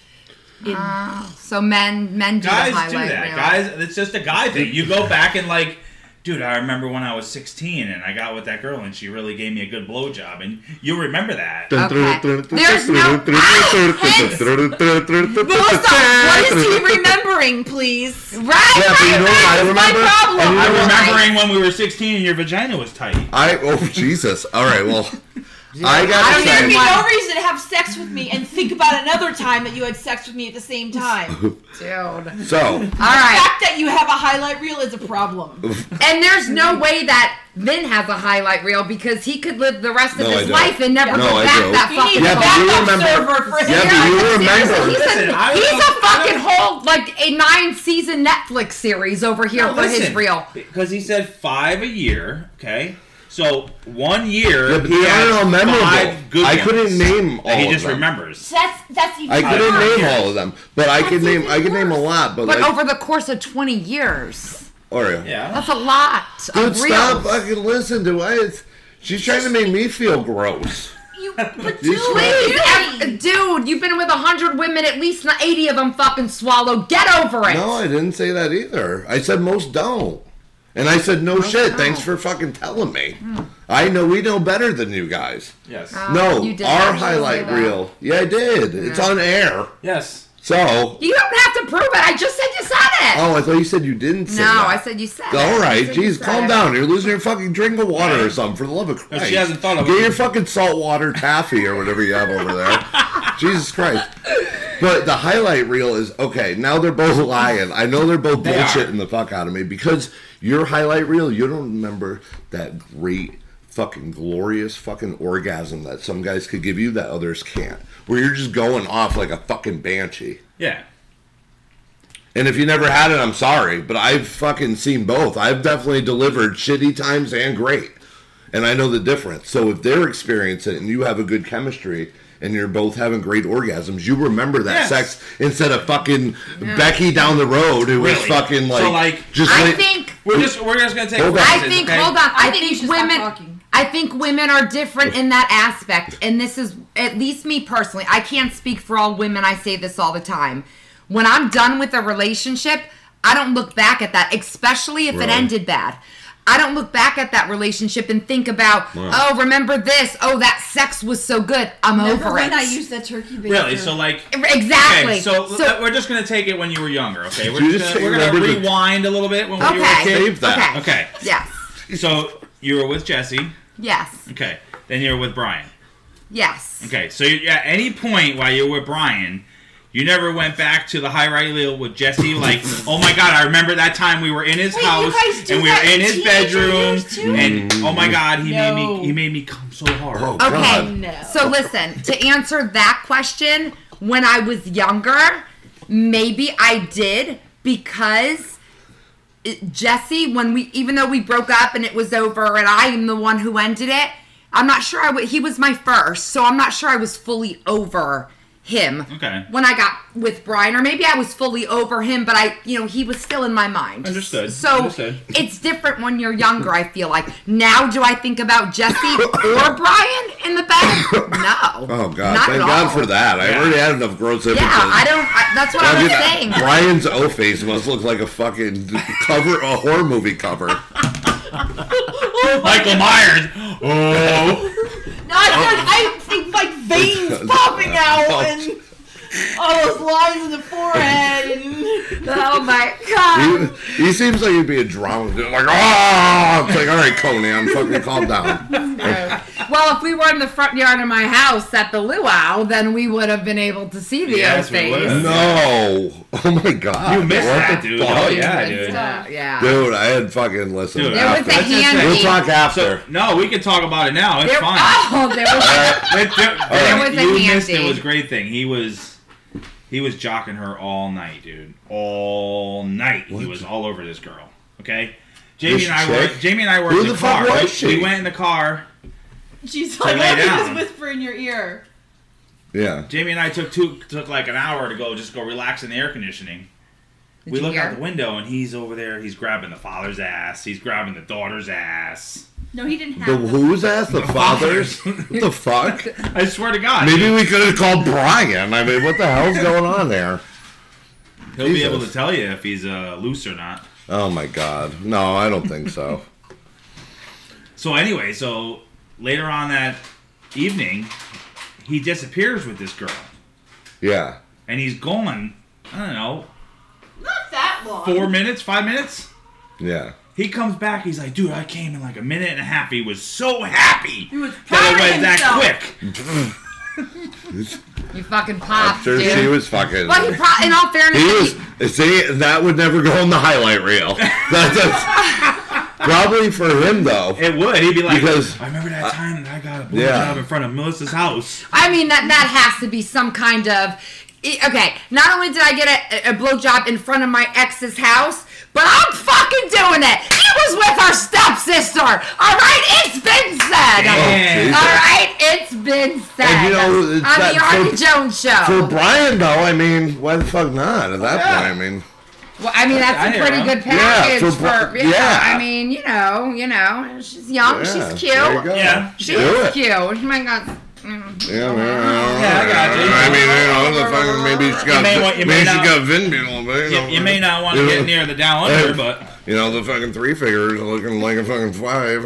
S2: in.
S5: Uh, So men, men do the
S4: Guys
S5: highlight
S4: do that.
S5: reel.
S4: Guys, it's just a guy thing. You go back and like, dude, I remember when I was 16 and I got with that girl and she really gave me a good blowjob, and you remember that.
S5: Okay. There's no-
S2: Melissa, what is he remembering, please?
S5: Right. right,
S1: but you know
S5: right.
S1: what I
S5: It's
S1: remember?
S5: My problem.
S1: And you know
S4: I'm remembering when we were 16 and your vagina was tight.
S1: I oh Jesus! All right, well, I
S5: I
S1: gotta
S5: don't
S2: There'd be
S1: say,
S5: Why?
S2: no reason to have sex with me and think about another time that you had sex with me at the same time. The
S5: Dude.
S1: so
S5: All right.
S2: fact that you have a highlight reel is a problem.
S5: And there's
S4: Mm-hmm.
S5: no way that Vin has a highlight reel because he could live the rest
S1: No,
S5: of
S1: I
S5: his
S1: don't.
S5: life and never
S1: Yeah.
S5: go
S1: No, I
S5: back
S1: don't.
S5: that
S2: He
S5: fucking
S2: needs
S1: Yeah,
S2: a
S1: but
S5: far.
S1: you
S2: backup
S1: remember-
S2: server for
S1: Yeah,
S2: him.
S1: but you remember-
S5: He's,
S4: Listen,
S5: a,
S4: I
S5: he's
S4: was-
S5: a fucking whole like a nine season Netflix series over here
S4: No,
S5: for his
S4: listen,
S5: reel.
S4: Because he said five a year, okay? So one year.
S1: yeah, but
S4: he
S1: they
S4: had
S1: are all
S4: five
S1: memorable.
S4: good
S1: I
S4: ones
S1: couldn't name all.
S4: that He
S1: of
S4: just
S1: them.
S4: remembers.
S2: That's that's even.
S1: I couldn't
S2: worse.
S1: name all of them, but I could name I could name a lot. But,
S5: But
S1: like,
S5: over the course of twenty years,
S1: Oreo,
S4: Yeah.
S5: that's a lot.
S1: dude,
S5: of
S1: stop
S5: reels.
S1: fucking listen to it. She's trying to make me feel gross.
S2: You, but
S1: You
S2: dude,
S1: swear.
S5: Dude, ev- Dude, you've been with hundred women, at least not eighty of them fucking swallow. Get over it.
S1: No, I didn't say that either. I said most don't. And I said, no shit. Thanks for fucking telling me.
S5: Hmm.
S1: I know we know better than you guys.
S4: Yes.
S5: Uh,
S1: No,
S5: you did
S1: our
S5: actually say
S1: highlight
S5: that.
S1: reel. Yeah, I did. It's on air.
S4: yes.
S1: So,
S5: You don't have to prove it. I just said you said it.
S1: oh, I thought you said you didn't say
S5: no,
S1: that.
S5: I said you said it.
S1: All right,
S5: I said you
S1: jeez,
S5: said
S1: calm
S5: it.
S1: down. You're losing your fucking drink of water or something. For the love of
S4: No,
S1: Christ,
S4: she hasn't thought of
S1: Get
S4: it.
S1: your fucking saltwater taffy or whatever you have over there. Jesus Christ! But the highlight reel is okay. Now they're both lying. I know they're both
S4: They are.
S1: bullshitting the fuck out of me because your highlight reel. You don't remember that great fucking glorious fucking orgasm that some guys could give you that others can't. Where you're just going off like a fucking banshee.
S4: Yeah.
S1: And if you never had it, I'm sorry, but I've fucking seen both. I've definitely delivered shitty times and great. And I know the difference. So if they're experiencing it and you have a good chemistry and you're both having great orgasms, you remember that
S4: Yes.
S1: sex instead of fucking Becky down the road who was
S4: Really?
S1: fucking
S4: So,
S1: like,
S4: like,
S1: just
S5: I
S1: like-
S5: think
S4: We're just we're just gonna take.
S1: Hold on.
S5: I
S4: photos,
S5: think
S4: okay?
S5: hold on. I,
S7: I think you
S5: think,
S7: should stop
S5: women
S7: talking.
S5: I think women are different in that aspect and this is at least me personally. I can't speak for all women. I say this all the time. When I'm done with a relationship, I don't look back at that, especially if
S1: Right.
S5: it ended bad. I don't look back at that relationship and think about,
S1: Wow.
S5: oh, remember this? Oh, that sex was so good. I'm
S7: Remember
S5: over
S7: when
S5: it.
S7: I used that turkey baster?
S4: Really? So like.
S5: exactly.
S4: Okay, so, let- we're just gonna take it when you were younger, okay? We're
S1: You
S4: just
S1: just
S4: gonna,
S1: say
S4: we're gonna
S1: remember the-
S4: rewind a little bit when we were
S5: okay.
S4: a kid.
S1: Save that.
S5: Okay.
S4: Okay.
S5: Yes.
S4: So you were with Jesse,
S5: Yes.
S4: okay? Then you were with Brian,
S5: Yes.
S4: okay? So you, at any point while you were with Brian, you never went back to the high right wheel with Jesse, like, oh my god, I remember that time we were in his
S7: Wait, you
S4: house
S7: guys do
S4: and we were
S7: that
S4: in
S7: in
S4: his
S7: teenager
S4: bedroom,
S7: years too?
S4: and oh my god, he made
S7: No.
S4: me he made me come so hard.
S1: oh,
S5: Okay.
S1: God.
S7: No.
S5: So listen, to answer that question, when I was younger, maybe I did because it- Jesse, when we, even though we broke up and it was over, and I am the one who ended it, I'm not sure I would. He was my first, so I'm not sure I was fully over him.
S4: Okay.
S5: When I got with Brian, or maybe I was fully over him, but I, you know, he was still in my mind.
S4: Understood.
S5: So
S4: Understood.
S5: it's different when you're younger. I feel like now, do I think about Jesse or Brian in the bed? No.
S1: Oh, God.
S5: Not
S1: Thank
S5: at
S1: God
S5: all.
S1: for that. I
S4: Yeah.
S1: already had enough gross
S5: Yeah,
S1: images.
S5: I don't. I, that's what
S1: I
S5: I was
S1: mean,
S5: saying.
S1: Brian's O face must look like a fucking cover, a horror movie cover.
S4: Michael Myers. Oh,
S7: No, I, I, I think my veins popping out
S1: Oh.
S7: and all those lines in the forehead and
S5: Oh my god.
S1: He, he seems like he'd be a drama. dude, Like, oh, it's like, all right, Conan, fucking calm down.
S5: Well, if we were in the front yard of my house at the luau, then we would have been able to see the
S4: Yes,
S5: O
S4: we would
S5: face.
S4: have.
S1: No, oh my god,
S4: you missed
S1: What
S4: that,
S1: the
S4: dude.
S1: fuck?
S4: Oh yeah, dude.
S5: Yeah. yeah.
S1: dude, I had fucking listened.
S4: Dude,
S5: There was
S1: after.
S5: a
S4: That's just
S5: hand.
S4: it.
S1: We'll talk
S4: So
S1: after.
S4: no, we can talk about it now. It's
S5: There,
S4: fine.
S5: oh, there was.
S4: But there,
S1: There
S5: was a
S4: you
S5: hand
S4: missed it
S5: thing.
S4: was a great thing. He was he was jocking her all night, dude. All night. He was all over this girl. Okay? Jamie
S1: This
S4: and I were
S1: chick?
S4: Jamie and I were
S1: Who
S4: in the,
S1: the fuck
S4: car.
S1: was she?
S4: We went in the car.
S7: she's like,
S4: lay
S7: I can
S4: down.
S7: just whisper in your ear.
S1: Yeah,
S4: Jamie and I took two took like an hour to go just go relax in the air conditioning. we
S5: you
S4: look
S5: hear?
S4: out the window and he's over there, he's grabbing the father's ass, he's grabbing the daughter's ass.
S7: No, he didn't have them.
S1: the who's ass? The fathers? what the fuck?
S4: I swear to God.
S1: Maybe we could have called Brian. I mean, what the hell's going on there?
S4: He'll be
S1: Jesus.
S4: able to tell you if he's uh, loose or not.
S1: Oh my god, no, I don't think so.
S4: So anyway, so later on that evening, he disappears with this girl,
S1: Yeah,
S4: and he's gone. I don't know,
S7: Not that long.
S4: four minutes, five minutes.
S1: yeah.
S4: He comes back. He's like, "Dude, I came in like a minute and a half." He was so happy
S7: He was
S4: that it
S7: proud of
S4: was that
S7: himself.
S4: quick.
S5: You fucking popped,
S1: Sure,
S5: dude.
S1: she was fucking.
S5: Well, he pro- in all fairness,
S1: He
S5: he-
S1: was see that would never go on the highlight reel. That's, that's probably for him though.
S4: It would. He'd be like,
S1: Because-
S4: "I remember that time that I got a blowjob
S1: Yeah.
S4: in front of Melissa's house."
S5: I mean that that has to be some kind of e- okay. Not only did I get a, a blowjob in front of my ex's house, but I'm fucking doing it. It was with our stepsister. All right, it's been said.
S4: Damn.
S5: All right, it's been said.
S1: And Oh, you know, it's
S5: on
S1: that-
S5: the Artie
S1: for-
S5: Jones show.
S1: For Brian though, I mean, why the fuck not? At that
S4: Yeah.
S1: point, I mean,
S5: well, I mean
S4: I
S5: that's a
S4: hear
S5: pretty
S4: him.
S5: good
S1: Yeah,
S5: package
S1: for
S5: for,
S1: Bri-
S5: yeah,
S1: yeah.
S5: I mean, you know, you know, she's young,
S1: yeah,
S5: Oh, she's cute.
S1: There you go.
S4: Yeah.
S5: She's
S1: Do it.
S5: cute. Oh my god.
S1: Yeah, man, I,
S4: Yeah, I got you.
S1: mean, you know, the fucking maybe she got
S4: may want- you
S1: maybe
S4: may
S1: she
S4: not-
S1: got Vin a little bit.
S4: You,
S1: know.
S4: you may not want to
S1: Yeah.
S4: get near the down under, but
S1: You know, the fucking three figures are looking like a fucking five.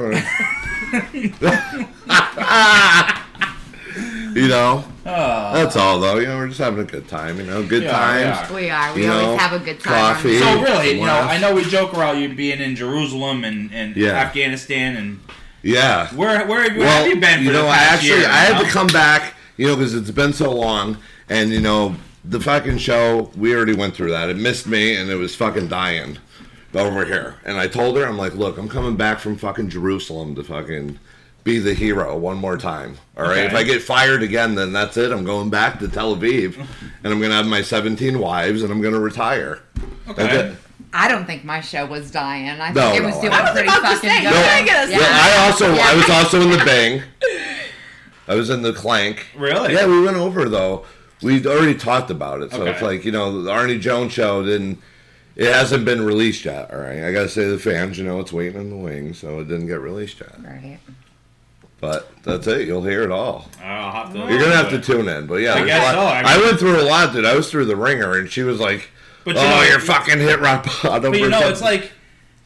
S1: you know, that's all though. You know, we're just having a good time. You know, good
S4: Yeah,
S1: times.
S5: We are. We
S1: You
S5: always
S1: know,
S5: have a good time.
S1: coffee.
S4: So really, you know,
S1: Wow.
S4: I know we joke around you being in Jerusalem and, and
S1: Yeah.
S4: Afghanistan and
S1: Yeah.
S4: where where, where
S1: well,
S4: have you been for
S1: know,
S4: the
S1: I
S4: past
S1: actually
S4: year?
S1: I had
S4: you
S1: to
S4: know?
S1: come back, you know, because it's been so long, and you know, the fucking show we already went through that. It missed me, and it was fucking dying over here. And I told her, I'm like, look, I'm coming back from fucking Jerusalem to fucking be the hero one more time. All right, if
S4: Okay.
S1: I get fired again, then that's it. I'm going back to Tel Aviv, and I'm gonna have my 17 wives, and I'm gonna retire. That's
S4: Okay.
S1: it.
S5: I don't think my show was dying. I think
S1: No,
S5: it
S1: no,
S5: was
S1: I
S5: doing
S1: don't.
S5: pretty
S2: I was about to
S5: fucking
S2: say,
S5: good.
S2: you're gonna get us-
S5: Yeah.
S1: Well, I also I was also in the Bang. I was in the Clank.
S4: Really?
S1: Yeah, we went over though. We'd already talked about it, so it's
S4: Okay.
S1: like you know the Arnie Jones show didn't. It hasn't been released yet. All right, I gotta say to the fans, you know, it's waiting in the wings, so it didn't get released yet.
S5: Right.
S1: But that's it. You'll hear it all.
S4: I'll have to,
S1: You're gonna have to tune in. But yeah, there's a
S4: guess
S1: lot-
S4: so, I mean-
S1: I went through a lot, dude. I was through the ringer, and she was like,
S4: But you
S1: "Oh,
S4: know-
S1: you're fucking hit rock bottom."
S4: But you
S1: or
S4: know, it's
S1: something."
S4: like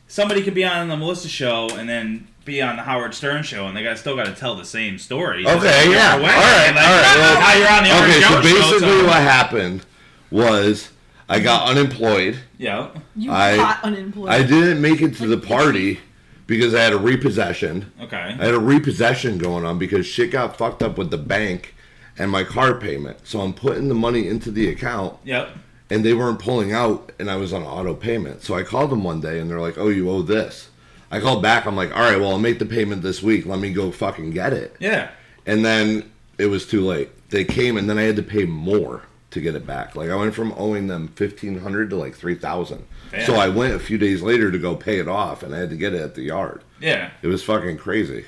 S4: somebody could be on the Melissa show and then be on the Howard Stern show, and they got still got to tell the same story. Just
S1: Okay,
S4: like,
S1: yeah.
S4: you're away.
S1: All right,
S4: Like,
S1: all right, well-
S4: now you're on the Howard
S1: Okay, so
S4: Stern show,
S1: basically,
S4: so-
S1: what happened was I got unemployed.
S4: yeah.
S2: You
S1: I-
S2: hot unemployed.
S1: I didn't make it to the party because I had a repossession.
S4: Okay.
S1: I had a repossession going on because shit got fucked up with the bank and my car payment. So I'm putting the money into the account
S4: Yep.
S1: and they weren't pulling out and I was on auto payment. So I called them one day and they're like, "Oh, you owe this." I called back. I'm like, "All right, well, I'll make the payment this week. Let me go fucking get it."
S4: Yeah.
S1: And then it was too late. They came and then I had to pay more to get it back. Like I went from owing them fifteen hundred to like three thousand.
S4: Damn.
S1: So I went a few days later to go pay it off and I had to get it at the yard.
S4: Yeah.
S1: It was fucking crazy.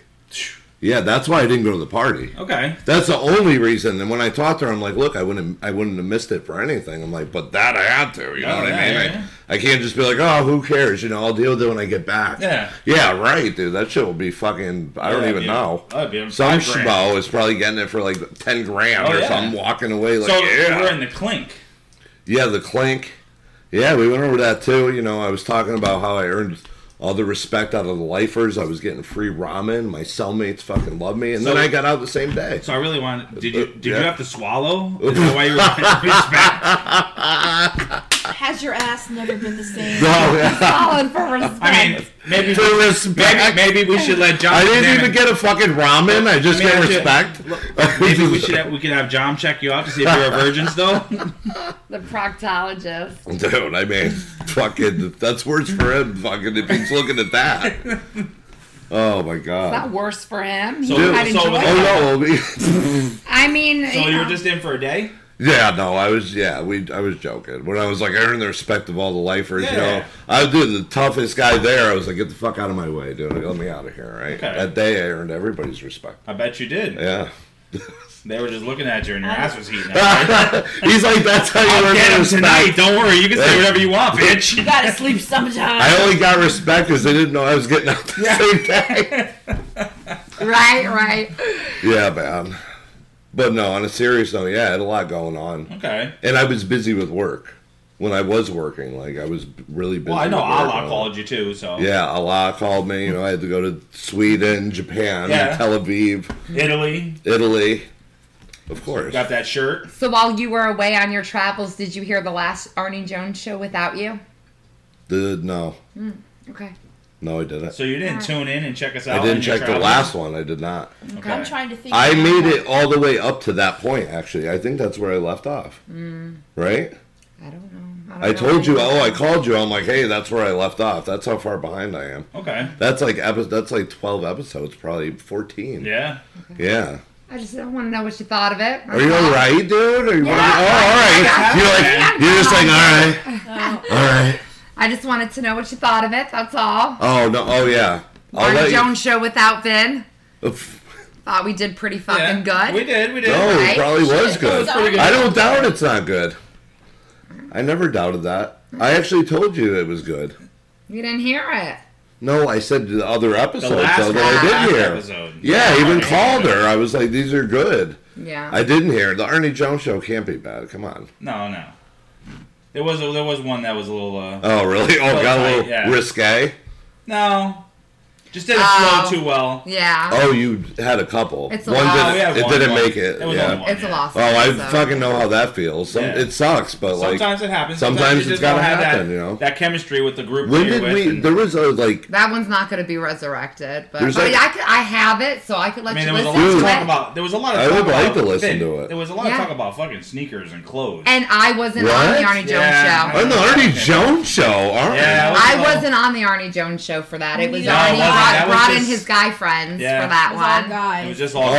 S1: Yeah, that's why I didn't go to the party.
S4: Okay.
S1: That's the only reason. And when I talked to her, I'm like, look, I wouldn't I wouldn't have missed it for anything. I'm like, but that I had to, you know
S4: Yeah,
S1: what I
S4: Oh, yeah,
S1: mean? I-
S4: yeah.
S1: I, can't just be like, oh, who cares? You know, I'll deal with it when I get back.
S4: Yeah.
S1: Yeah, right, dude. That shit will be fucking I don't
S4: Yeah,
S1: even
S4: yeah.
S1: know.
S4: That'd be
S1: Some
S4: five grand.
S1: schmo is probably getting it for like ten grand
S4: Oh,
S1: or
S4: yeah.
S1: something, walking away like
S4: so
S1: yeah.
S4: we're in the clink.
S1: yeah, the clink. Yeah, we went over that too. You know, I was talking about how I earned all the respect out of the lifers. I was getting free ramen. My cellmates fucking loved me, and
S4: So-
S1: then I got out the same day.
S4: So I really want. Did you did
S1: Yeah.
S4: you have to swallow? Is that why you were respect?
S2: Has your ass never been the same?
S1: No, yeah.
S5: Calling for respect.
S4: I mean, maybe
S1: For respect.
S4: maybe, maybe we should let John.
S1: I
S4: Damn
S1: didn't
S4: it.
S1: even get a fucking ramen. I just
S4: Let me
S1: got
S4: ask you-
S1: respect.
S4: Maybe we should have, we could have John check you out to see if you're a virgin still.
S5: the proctologist.
S1: Dude, I mean, fucking, that's worse for him. Fucking, if he's looking at that. Oh my
S5: Not
S1: god.
S5: worse for him.
S4: So-
S5: he
S1: Dude,
S5: might
S4: so
S5: enjoy
S4: was
S5: it.
S4: that-
S1: Oh no.
S5: I mean,
S4: So
S5: you
S4: you were
S5: know,
S4: just in for a day.
S1: Yeah, no, I was yeah, we I was joking. When I was like I earned the respect of all the lifers, you
S4: Yeah.
S1: know. I was the toughest guy there. I was like, get the fuck out of my way, dude. Let me out of here, right?
S4: Okay.
S1: That day I earned everybody's respect.
S4: I bet you did.
S1: Yeah.
S4: They were just looking at you and your ass was heating.
S1: Ah, He's like, that's how you earn
S4: Get
S1: the
S4: him
S1: respect.
S4: tonight. Don't worry. You can say whatever you want, bitch.
S7: You gotta sleep sometime.
S1: I only got respect because they didn't know I was getting out the same day.
S5: right, right.
S1: yeah, man. But no, on a serious note, yeah, I had a lot going on.
S4: Okay.
S1: And I was busy with work. When I was working, like I was really busy.
S4: Well, I know
S1: with work
S4: Allah
S1: and all that.
S4: called you too, so
S1: Yeah, Allah called me. You know, I had to go to Sweden, Japan,
S4: Yeah.
S1: Tel Aviv,
S4: Italy
S1: Italy. Of course.
S4: got that shirt.
S5: So while you were away on your travels, did you hear the last Arnie Jones show without you?
S1: The, no,
S5: Okay.
S1: no, I didn't.
S4: So you didn't tune in and check us out.
S1: I
S4: on
S1: didn't
S4: your
S1: check the
S4: travels?
S1: last one. I did not.
S4: Okay.
S2: I'm trying to think.
S1: I
S2: now.
S1: made it all the way up to that point. Actually, I think that's where I left off. Right?
S5: I don't know.
S1: I
S5: don't know
S1: told you.
S5: anymore.
S1: Oh, I called you. I'm like, hey, that's where I left off. That's how far behind I am.
S4: Okay.
S1: That's like epi- That's like 12 episodes, probably 14.
S4: Yeah.
S1: Yeah.
S5: I just don't want to know what you thought of it.
S1: Are you all right, dude? Are you?
S5: Yeah.
S1: oh, all right. You're like, you're just like, all right, all right.
S5: I just wanted to know what you thought of it. That's all.
S1: Oh no! Oh yeah. I'll
S5: Arnie
S1: let you-
S5: Jones show without Vin.
S1: Oof.
S5: Thought we did pretty
S4: yeah.
S5: fucking good.
S4: We did. We did.
S1: No,
S5: Right?
S1: it probably was good.
S2: pretty good.
S1: I don't doubt it's not good. I never doubted that. I actually told you it was good.
S5: You didn't hear it.
S1: No, I said the other
S4: The
S1: episodes
S4: last,
S1: though, that I
S4: last
S1: did hear.
S4: episode.
S1: Yeah, I even
S4: Arnie.
S1: called her. I was like, these are good.
S5: Yeah.
S1: I didn't hear. The Ernie Jones show can't be bad. Come on.
S4: No, no. There was a, there was one that was a little. Uh,
S1: Oh, really? Oh, got a little
S4: Yeah.
S1: risque.
S4: no, just didn't
S5: Oh.
S4: flow too well.
S5: Yeah.
S1: Oh, you had a couple.
S5: It's a
S1: one
S5: lot.
S4: Oh, we had
S1: didn't. It
S4: one,
S1: didn't
S4: one.
S1: make it.
S4: It was only
S1: yeah.
S4: one.
S5: It's a loss.
S1: Oh, I
S5: so-
S1: fucking know how that feels. Some,
S4: Yeah.
S1: It sucks, but like
S4: Sometimes it happens.
S1: sometimes
S4: you
S1: it's
S4: just
S1: gotta
S4: don't have
S1: happen,
S4: That,
S1: you know?
S4: that chemistry with the group.
S1: when
S4: that you're
S1: did we?
S4: with, and-
S1: There was a like.
S5: That one's not going to be resurrected, but,
S1: There's
S5: but
S1: like-
S5: I, could, I have it, so I could
S4: I
S5: let
S4: mean, there
S5: you
S4: was a lot
S5: listen
S4: of
S1: Dude.
S5: to
S4: talk
S5: it.
S4: about. There was a lot of.
S1: I
S4: talk
S1: would like
S4: about
S1: to listen
S4: fit.
S1: to it.
S4: There was a lot
S5: Yeah.
S4: of talk about fucking sneakers and clothes.
S5: and I wasn't on
S1: What?
S5: the Arnie Jones
S4: Yeah.
S5: show.
S1: On the Ernie Jones show, aren't
S4: Yeah,
S1: we?
S4: was
S5: I
S4: all-
S5: wasn't on the Arnie Jones show for that. It was
S7: No, it
S5: Arnie
S7: wasn't.
S5: brought,
S4: That was
S5: brought in
S4: just-
S5: his guy friends
S4: Yeah.
S5: for
S7: It
S5: that
S7: was all
S5: one.
S7: guys.
S4: It was just all.
S1: Oh.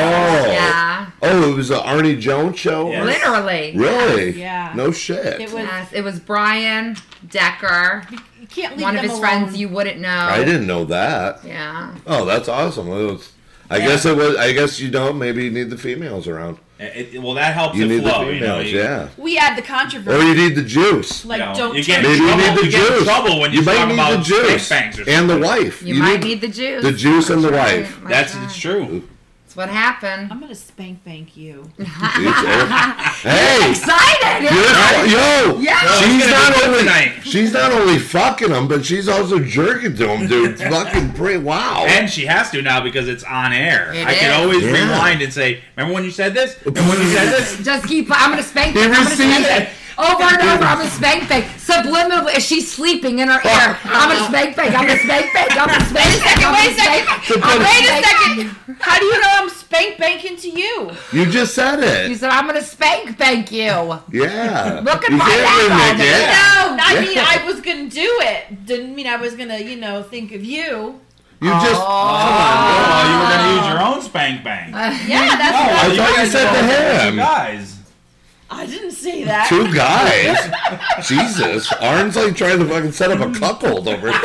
S5: Yeah,
S1: Oh, it was the Arnie Jones show.
S4: Yeah.
S1: Really?
S5: literally.
S1: Really?
S7: Yeah.
S1: No shit.
S7: It was-
S5: Yes, it was Brian Decker,
S7: You can't leave
S5: one of
S7: them
S5: his
S7: alone.
S5: friends you wouldn't know.
S1: I didn't know that.
S5: Yeah.
S1: Oh, that's awesome. It was- I
S7: Yeah.
S1: guess it was. I guess you don't. Maybe you need the females around.
S4: It, it- well, that helps
S1: You
S4: it
S1: need
S4: flow.
S1: the
S4: you know,
S1: females,
S4: you-
S1: yeah.
S7: We had the
S1: Or
S7: controversy.
S1: you need the juice.
S7: like,
S4: you know,
S7: don't
S4: you get
S7: touch
S1: Maybe
S4: in
S1: you
S4: trouble,
S1: need the
S4: you get in
S1: juice.
S4: trouble when
S1: you
S4: you
S1: might
S4: talk
S1: need
S4: about
S1: the juice
S4: bang bangs or
S1: and the
S4: something.
S1: wife.
S5: You, might
S1: need
S5: need the juice.
S1: the juice and the wife.
S5: My
S4: That's
S5: God.
S4: it's true.
S5: That's what happened.
S7: I'm gonna spank bank you.
S1: It's every- hey,
S5: Excited!
S1: you're- yo,
S5: Yeah. No, it's
S1: she's
S4: gonna be
S1: not
S4: good
S1: only
S4: tonight.
S1: she's not only fucking him, but she's also jerking to him, dude. fucking pray, wow.
S4: And she has to now because it's on air.
S5: It
S4: I
S5: is.
S4: can always
S1: Yeah.
S4: rewind and say, "Remember when you said this? Remember when you said this?"
S5: Just keep. I'm gonna spank.
S1: He
S5: It. I'm gonna spank
S1: received
S5: it. Over and over. I'm gonna spank bank. Subliminal. Is she sleeping in her
S1: Oh.
S5: ear? I'm gonna spank bank. I'm gonna spank bank. I'm gonna spank bank. I'm
S7: Wait a
S5: gonna
S7: second.
S5: spank
S1: Wait a
S5: I'm gonna
S7: Wait a
S5: spank-
S7: second. How do you know I'm spank banking to you?
S1: You just said
S5: You
S1: it.
S5: said I'm gonna spank bank you.
S1: Yeah.
S5: Look at
S1: you
S5: my
S1: can't
S5: laptop.
S1: admit it.
S5: Yeah.
S7: No, I mean
S1: Yeah.
S7: I was gonna do it. Didn't mean I was gonna, you know, think of you.
S1: You just.
S4: Oh, you were going to use your own spank bang. Oh,
S7: Yeah, that's what
S1: I thought you
S4: guys
S1: said
S4: are
S1: to
S4: all different
S1: him.
S4: Guys.
S7: I didn't say that.
S1: Two guys. Jesus, Arn's like trying to fucking set up a cuckold over here.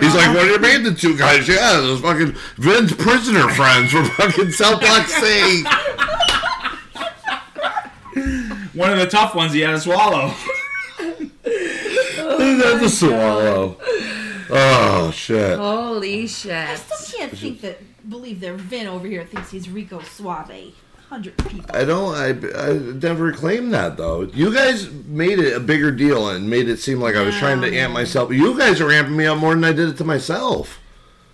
S1: He's like, what do you mean the two guys? Yeah, those fucking Vin's prisoner friends from fucking South Block C.
S4: One of the tough ones he had to swallow.
S5: Oh,
S1: That's a swallow. Oh shit.
S5: Holy shit.
S7: I still can't think that believe that Vin over here thinks he's Rico Suave. Hundred people.
S1: I don't. I, I never claimed that though. You guys made it a bigger deal and made it seem like I was trying to amp myself. You guys are amping me up more than I did it to myself.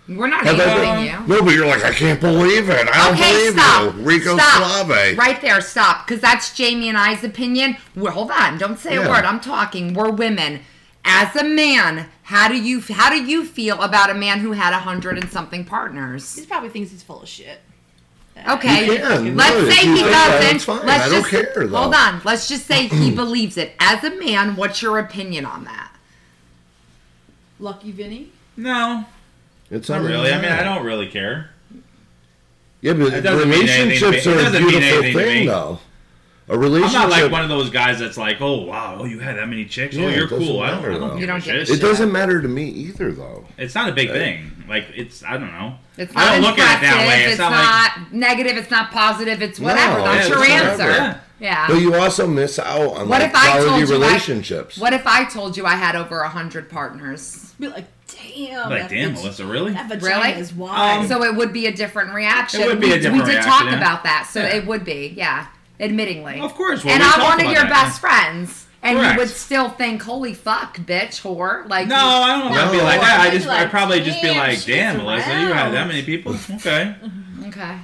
S5: We're not
S1: Have I
S5: hating
S1: been-
S5: you.
S1: No, but you're like, I can't believe it. I don't
S5: Okay,
S1: believe
S5: stop.
S1: you, Rico
S5: stop.
S1: Suave.
S5: Right there, stop. Because that's Jamie and I's opinion. Well, hold on, don't say
S1: Yeah.
S5: a word. I'm talking. We're women. As a man, how do you how do you feel about a man who had a hundred and something partners?
S7: He probably thinks he's full of shit.
S5: Okay,
S1: You can,
S5: let's
S1: no, if
S5: say
S1: you
S5: he
S1: think that,
S5: doesn't.
S1: it's fine.
S5: Let's
S1: I don't
S5: just,
S1: care, though.
S5: Hold on. Let's just say he believes it. As a man, what's your opinion on that?
S7: Lucky Vinny.
S4: No.
S1: It's
S4: Not really. I mean, I don't really care.
S1: Yeah,
S4: It
S1: but
S4: doesn't mean anything to
S1: relationships
S4: me. It
S1: are a
S4: doesn't mean
S1: beautiful
S4: anything to
S1: thing,
S4: me.
S1: though. A
S4: I'm
S1: relationship.
S4: not like one of those guys that's like, oh, wow, oh, you had that many chicks?
S1: Yeah,
S4: oh,
S1: it
S4: you're
S1: doesn't
S4: cool. I don't,
S1: matter,
S4: I
S1: though.
S4: don't
S5: You
S4: give a
S5: don't give a
S4: shit.
S1: it doesn't matter to me either, though.
S4: It's not a big thing. Like, it's, I don't know.
S5: It's
S4: I
S5: not
S4: don't look at it that
S5: impressive,
S4: way. It's,
S5: It's
S4: not, like,
S5: not, negative. It's not positive. It's whatever.
S1: No,
S5: That's
S1: it's
S5: your
S1: whatever.
S5: answer. Yeah.
S1: But you also miss out on
S5: What
S1: like,
S5: if I
S1: quality
S5: told you I-
S1: relationships.
S5: What if I told you I had over a hundred partners?
S7: Be like, damn.
S4: like
S7: that
S4: damn,
S7: bitch-
S4: Melissa, really?
S7: That vagina
S5: Really? Um,
S7: is wide.
S5: So it would be a different reaction.
S4: It would be
S5: we,
S4: a different
S5: We did
S4: reaction,
S5: talk
S4: yeah.
S5: about that, so
S4: Yeah.
S5: it would be, yeah, admittingly.
S4: Of course. well,
S5: and
S4: we
S5: I'm
S4: talked
S5: one of
S4: about
S5: your
S4: that.
S5: best friends, and
S4: Correct.
S5: you would still think, "Holy fuck, bitch, whore!" Like,
S4: No, I don't know. if I'd be
S1: No.
S4: like that. I
S7: I'd be
S4: just,
S7: like,
S4: I'd probably just be
S7: damn,
S4: like,
S7: she's
S4: damn, Melissa, you had
S7: aroused.
S4: that many people? Okay.
S5: okay.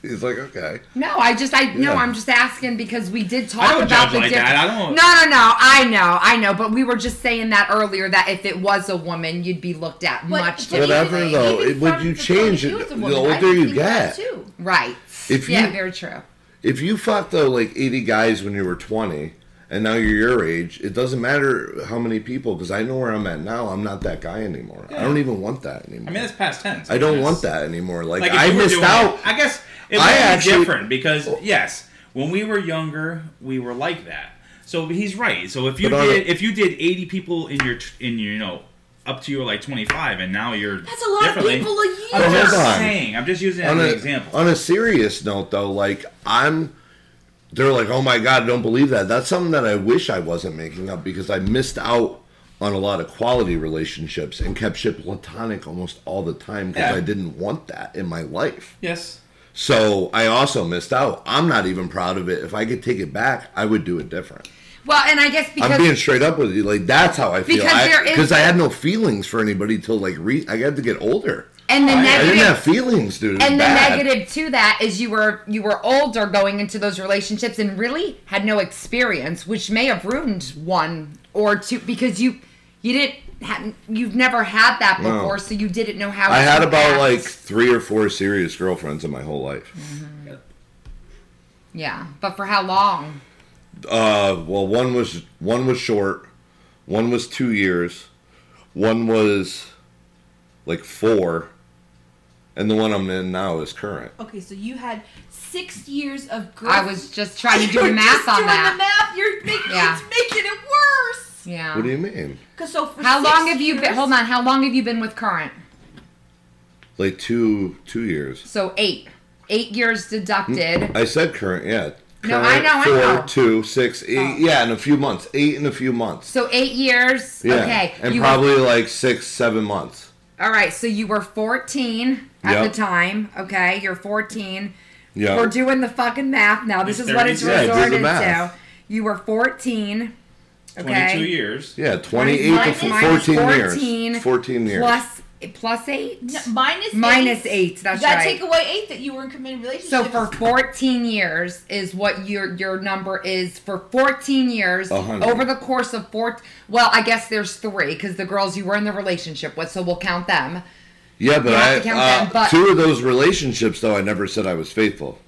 S1: He's like, okay.
S5: No, I just, I
S1: Yeah.
S5: no, I'm just asking because we did talk
S4: I don't
S5: about
S4: judge
S5: the
S4: like
S5: different.
S4: that. I don't.
S5: No, no, no. I know, I know. But we were just saying that earlier that if it was a woman, you'd be looked at
S7: But-
S5: much
S7: but even-
S1: Whatever,
S5: different.
S1: though,
S7: even
S1: it- would
S7: from
S1: you
S7: the point
S1: change
S7: of
S1: it
S7: view of
S1: the
S7: woman, I
S1: older
S7: would
S1: you
S7: think that
S1: get?
S7: too.
S5: Right.
S1: If
S5: yeah,
S1: you-
S5: very true.
S1: If you fuck though like 80 guys when you were 20 and now you're your age, it doesn't matter how many people because I know where I'm at now. I'm not that guy anymore. I don't even want that anymore.
S4: I mean, that's past tense.
S1: I don't
S4: Yes.
S1: want that anymore. Like,
S4: Like if
S1: I
S4: you were
S1: missed
S4: doing
S1: out.
S4: It, I guess it
S1: I
S4: might be
S1: actually- Oh.
S4: different because yes, when we were younger, we were like that. So he's right. So if you
S1: But uh, on
S4: did
S1: a-
S4: if you did eighty people in your t- in your, you know up to your like twenty five, and now you're
S7: That's a lot of
S4: differently-
S7: people a year.
S4: I'm
S1: But
S5: Oh,
S4: just
S1: hold on.
S4: saying. I'm just using it as
S1: on
S4: an
S1: a,
S4: example.
S1: on a serious note though, like I'm they're like, "Oh my god, I don't believe that." That's something that I wish I wasn't making up because I missed out on a lot of quality relationships and kept shit platonic almost all the time because
S4: Yeah.
S1: I didn't want that in my life.
S4: yes.
S1: So I also missed out. I'm not even proud of it. If I could take it back, I would do it different.
S5: Well, and I guess because
S1: I'm being straight up with you. Like that's how I feel.
S5: Because there is-
S1: Because I, had no feelings for anybody till like re- I got to get older.
S5: and the
S1: I didn't
S5: negative
S1: have feelings, dude. It was
S5: and
S1: bad.
S5: the negative to that is you were you were older going into those relationships and really had no experience which may have ruined one or two because you you didn't hadn't you've never had that
S1: No.
S5: before so you didn't know how
S1: I had
S5: to
S1: about
S5: act.
S1: like three or four serious girlfriends in my whole life.
S5: yeah but for how long
S1: Uh, well, one was one was short, one was two years, one was like four, and the one I'm in now is current.
S7: Okay, so you had six years of girl.
S5: I was just trying to do
S7: You're
S5: the math
S7: just
S5: on
S7: doing The
S5: that
S7: math. You're making
S5: Yeah.
S7: it's making it worse.
S5: yeah
S1: What do you mean?
S7: Cause so for
S5: how
S7: six
S5: long have you
S7: years-
S5: been hold on how long have you been with current
S1: Like two two years.
S5: so eight eight years deducted
S1: I said current, yeah.
S5: No,
S1: Current,
S5: I know, I
S1: four,
S5: know. Oh.
S1: two, six, eight. Yeah, in a few months. Eight in a few months.
S5: so eight years
S1: Yeah.
S5: okay
S1: And
S5: you were
S1: probably like six, seven months.
S5: All right, so you were 14 at
S1: Yep.
S5: the time. Okay, you're 14.
S1: Yeah.
S5: We're doing the fucking math now. This
S4: It's
S5: is what it's
S4: 30.
S1: Yeah, do the
S5: resorted to.
S1: math.
S5: You were 14. Okay.
S4: 22 years.
S1: yeah, 28 to
S5: Minus-
S1: fo-
S5: minus
S1: 14,
S5: 14
S1: years. 14 years.
S5: Plus, plus 8?
S7: N- minus
S5: Minus
S7: eight.
S5: eight, that's
S7: you gotta
S5: right.
S7: take away eight that you were in committed relationships.
S5: So for 14 years is what your your number is for 14 years
S1: A hundred.
S5: over the course of four. Well, I guess there's three because the girls you were in the relationship with, so we'll count them.
S1: yeah, but
S5: you have
S1: I,
S5: to count
S1: uh,
S5: them, but-
S1: two of those relationships, though, I never said I was faithful.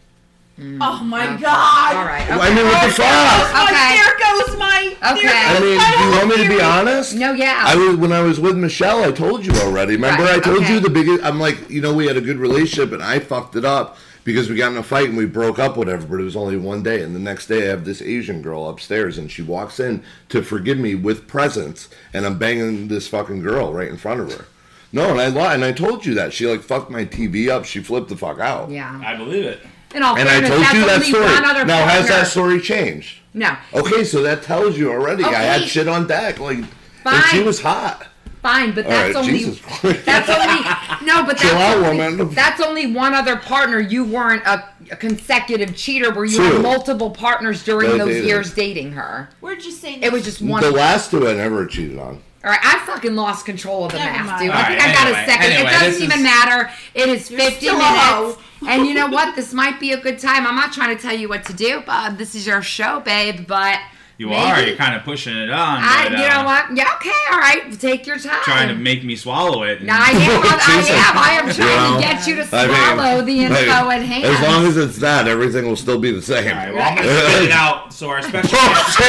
S7: oh my god!
S5: Mm, All right.
S1: I mean, what the fuck?
S7: Oh,
S5: Okay.
S7: there goes my. there
S5: Okay.
S7: goes
S1: I mean,
S7: my
S1: do you
S7: whole
S1: want me to be
S7: theory.
S1: honest?
S5: No, yeah.
S1: I was when I was with Michelle. I told you already. Remember,
S5: Right,
S1: I told
S5: okay.
S1: you the biggest. I'm like, you know, we had a good relationship, and I fucked it up because we got in a fight and we broke up, whatever. But it was only one day, and the next day I have this Asian girl upstairs, and she walks in to forgive me with presents, and I'm banging this fucking girl right in front of her. No, and I lied, and I told you that she like fucked my TV up. She flipped the fuck out.
S5: yeah.
S4: I believe it.
S5: In all
S1: And I
S5: fairness,
S1: told
S5: that's
S1: you that
S5: only
S1: story.
S5: one other
S1: Now, has
S5: partner.
S1: that story changed?
S5: No.
S1: Okay, so that tells you already. I had
S5: Okay.
S1: shit on deck. Like, and she
S5: Fine.
S1: was hot.
S5: Fine, but
S1: All
S5: that's
S1: right,
S5: only
S1: Jesus Christ.
S5: that's only no, but that's
S1: Chill out,
S5: only,
S1: woman.
S5: that's only one other partner. You weren't a, a consecutive cheater where you had
S1: True.
S5: multiple partners during
S1: Those
S5: those
S1: dating.
S5: years dating her.
S7: We're just saying.
S5: It was just one.
S1: The
S5: All
S1: last two I never cheated on.
S5: right, I fucking lost control of the
S7: Never
S5: math,
S7: mind.
S5: dude.
S4: All
S5: I think
S4: right,
S5: I got
S4: anyway,
S5: a second.
S4: anyway,
S5: it
S4: this
S5: doesn't even
S4: is-
S5: matter. It is 50
S7: still a
S5: minutes.
S7: hoe.
S5: and you know what? This might be a good time. I'm not trying to tell you what to do, but this is your show, babe. But
S4: You
S5: maybe-
S4: are. You're kind of pushing it on.
S5: I,
S4: but,
S5: you
S4: uh,
S5: know what? Yeah, okay, all right. Take your time.
S4: Trying to make me swallow it.
S5: No, I am.
S1: Jesus.
S5: I am. I am trying
S1: Well,
S5: to get you to
S1: I mean,
S5: swallow the info
S1: hey,
S5: at hand.
S1: As long as it's that, everything will still be the same. Oh,
S4: All right, well, I'm going to spit it out. So our special guest,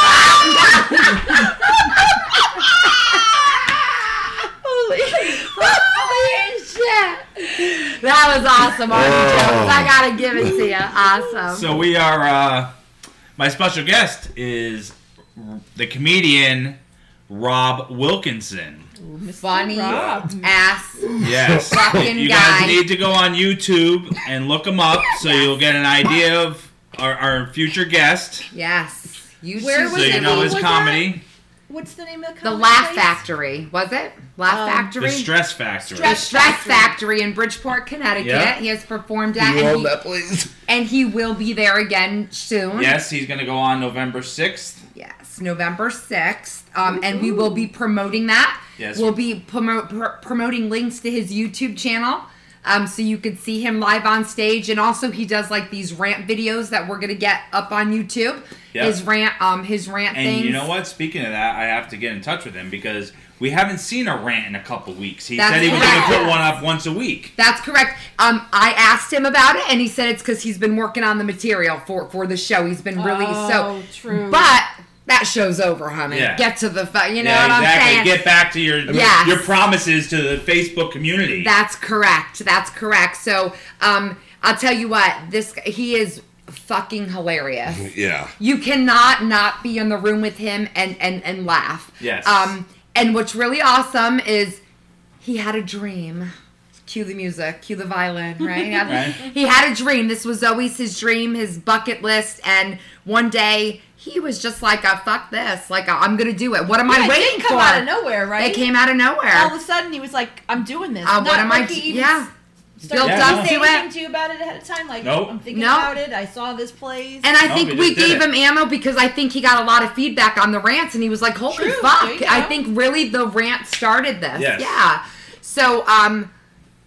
S5: Holy shit! That was awesome, Artie
S1: Oh.
S5: Jones. I gotta give it to you. Awesome.
S4: so we are. Uh, my special guest is the comedian Rob Wilkinson.
S5: Funny ass.
S4: Yes.
S5: Fucking
S4: you guys
S5: guy.
S4: need to go on YouTube and look him up so you'll get an idea of our, our future guest.
S5: Yes. You
S2: Where
S5: choose
S4: So
S2: was
S5: to
S4: you
S2: it?
S4: know
S2: What
S4: his
S2: was
S4: comedy,
S2: What's the name of the
S5: The
S2: comedy
S5: Laugh
S2: place?
S5: Factory. Was it? Laugh
S2: Um,
S5: Factory?
S4: The Stress Factory.
S5: The
S2: Stress-
S5: Stress Factory in Bridgeport, Connecticut.
S4: Yeah.
S5: He has performed
S1: Can
S5: at,
S1: you
S5: and
S1: hold
S5: he,
S1: that, please?
S5: and he will be there again soon.
S4: Yes, he's going to go on November 6th.
S5: Yes, November 6th. Um, and we will be promoting that.
S4: Yes.
S5: We'll be promo- pr- promoting links to his YouTube channel. Um, so you can see him live on stage. And also, he does like these rant videos that we're going to get up on YouTube.
S4: Yep.
S5: His rant, um, his rant
S4: And
S5: things.
S4: you know what? Speaking of that, I have to get in touch with him because we haven't seen a rant in a couple weeks. He
S5: That's
S4: said he was
S5: correct.
S4: going to put one up once a week.
S5: That's correct. Um, I asked him about it, and he said it's because he's been working on the material for for the show. He's been really so
S2: Oh, true.
S5: But that show's over, honey.
S4: Yeah.
S5: Get to the fu- you know
S4: yeah,
S5: what
S4: exactly.
S5: I'm saying.
S4: Get back to your
S5: Yes.
S4: your promises to the Facebook community.
S5: That's correct. That's correct. So, um, I'll tell you what. This he is fucking hilarious.
S1: Yeah.
S5: You cannot not be in the room with him and and and laugh.
S4: Yes.
S5: Um, and what's really awesome is he had a dream. Cue the music, cue the violin, right?
S4: Right.
S5: He had a dream. This was always his dream, his bucket list. And one day he was just like, uh, fuck this. Like, I'm going to do it. What am I
S2: it
S5: waiting
S2: didn't come
S5: for?
S2: out of nowhere, right?
S5: It came out of nowhere.
S2: All of a sudden, he was like, "I'm doing this."
S5: Uh,
S2: Not
S5: what am I?
S2: like he
S5: d-
S2: even
S5: Yeah.
S2: started
S4: Yeah,
S2: to
S4: no.
S2: say
S5: do
S2: anything
S5: it.
S2: to you about it ahead of time. Like,
S4: Nope.
S2: I'm thinking
S5: Nope.
S2: about it. I saw this place.
S5: And I
S4: No,
S5: think
S4: we
S5: we
S4: just did
S5: gave
S4: it.
S5: him ammo because I think he got a lot of feedback on the rants, and he was like, "Holy
S2: True, there
S5: fuck!"
S2: you
S5: I
S2: go.
S5: think really the rant started this.
S4: Yes.
S5: Yeah. So um,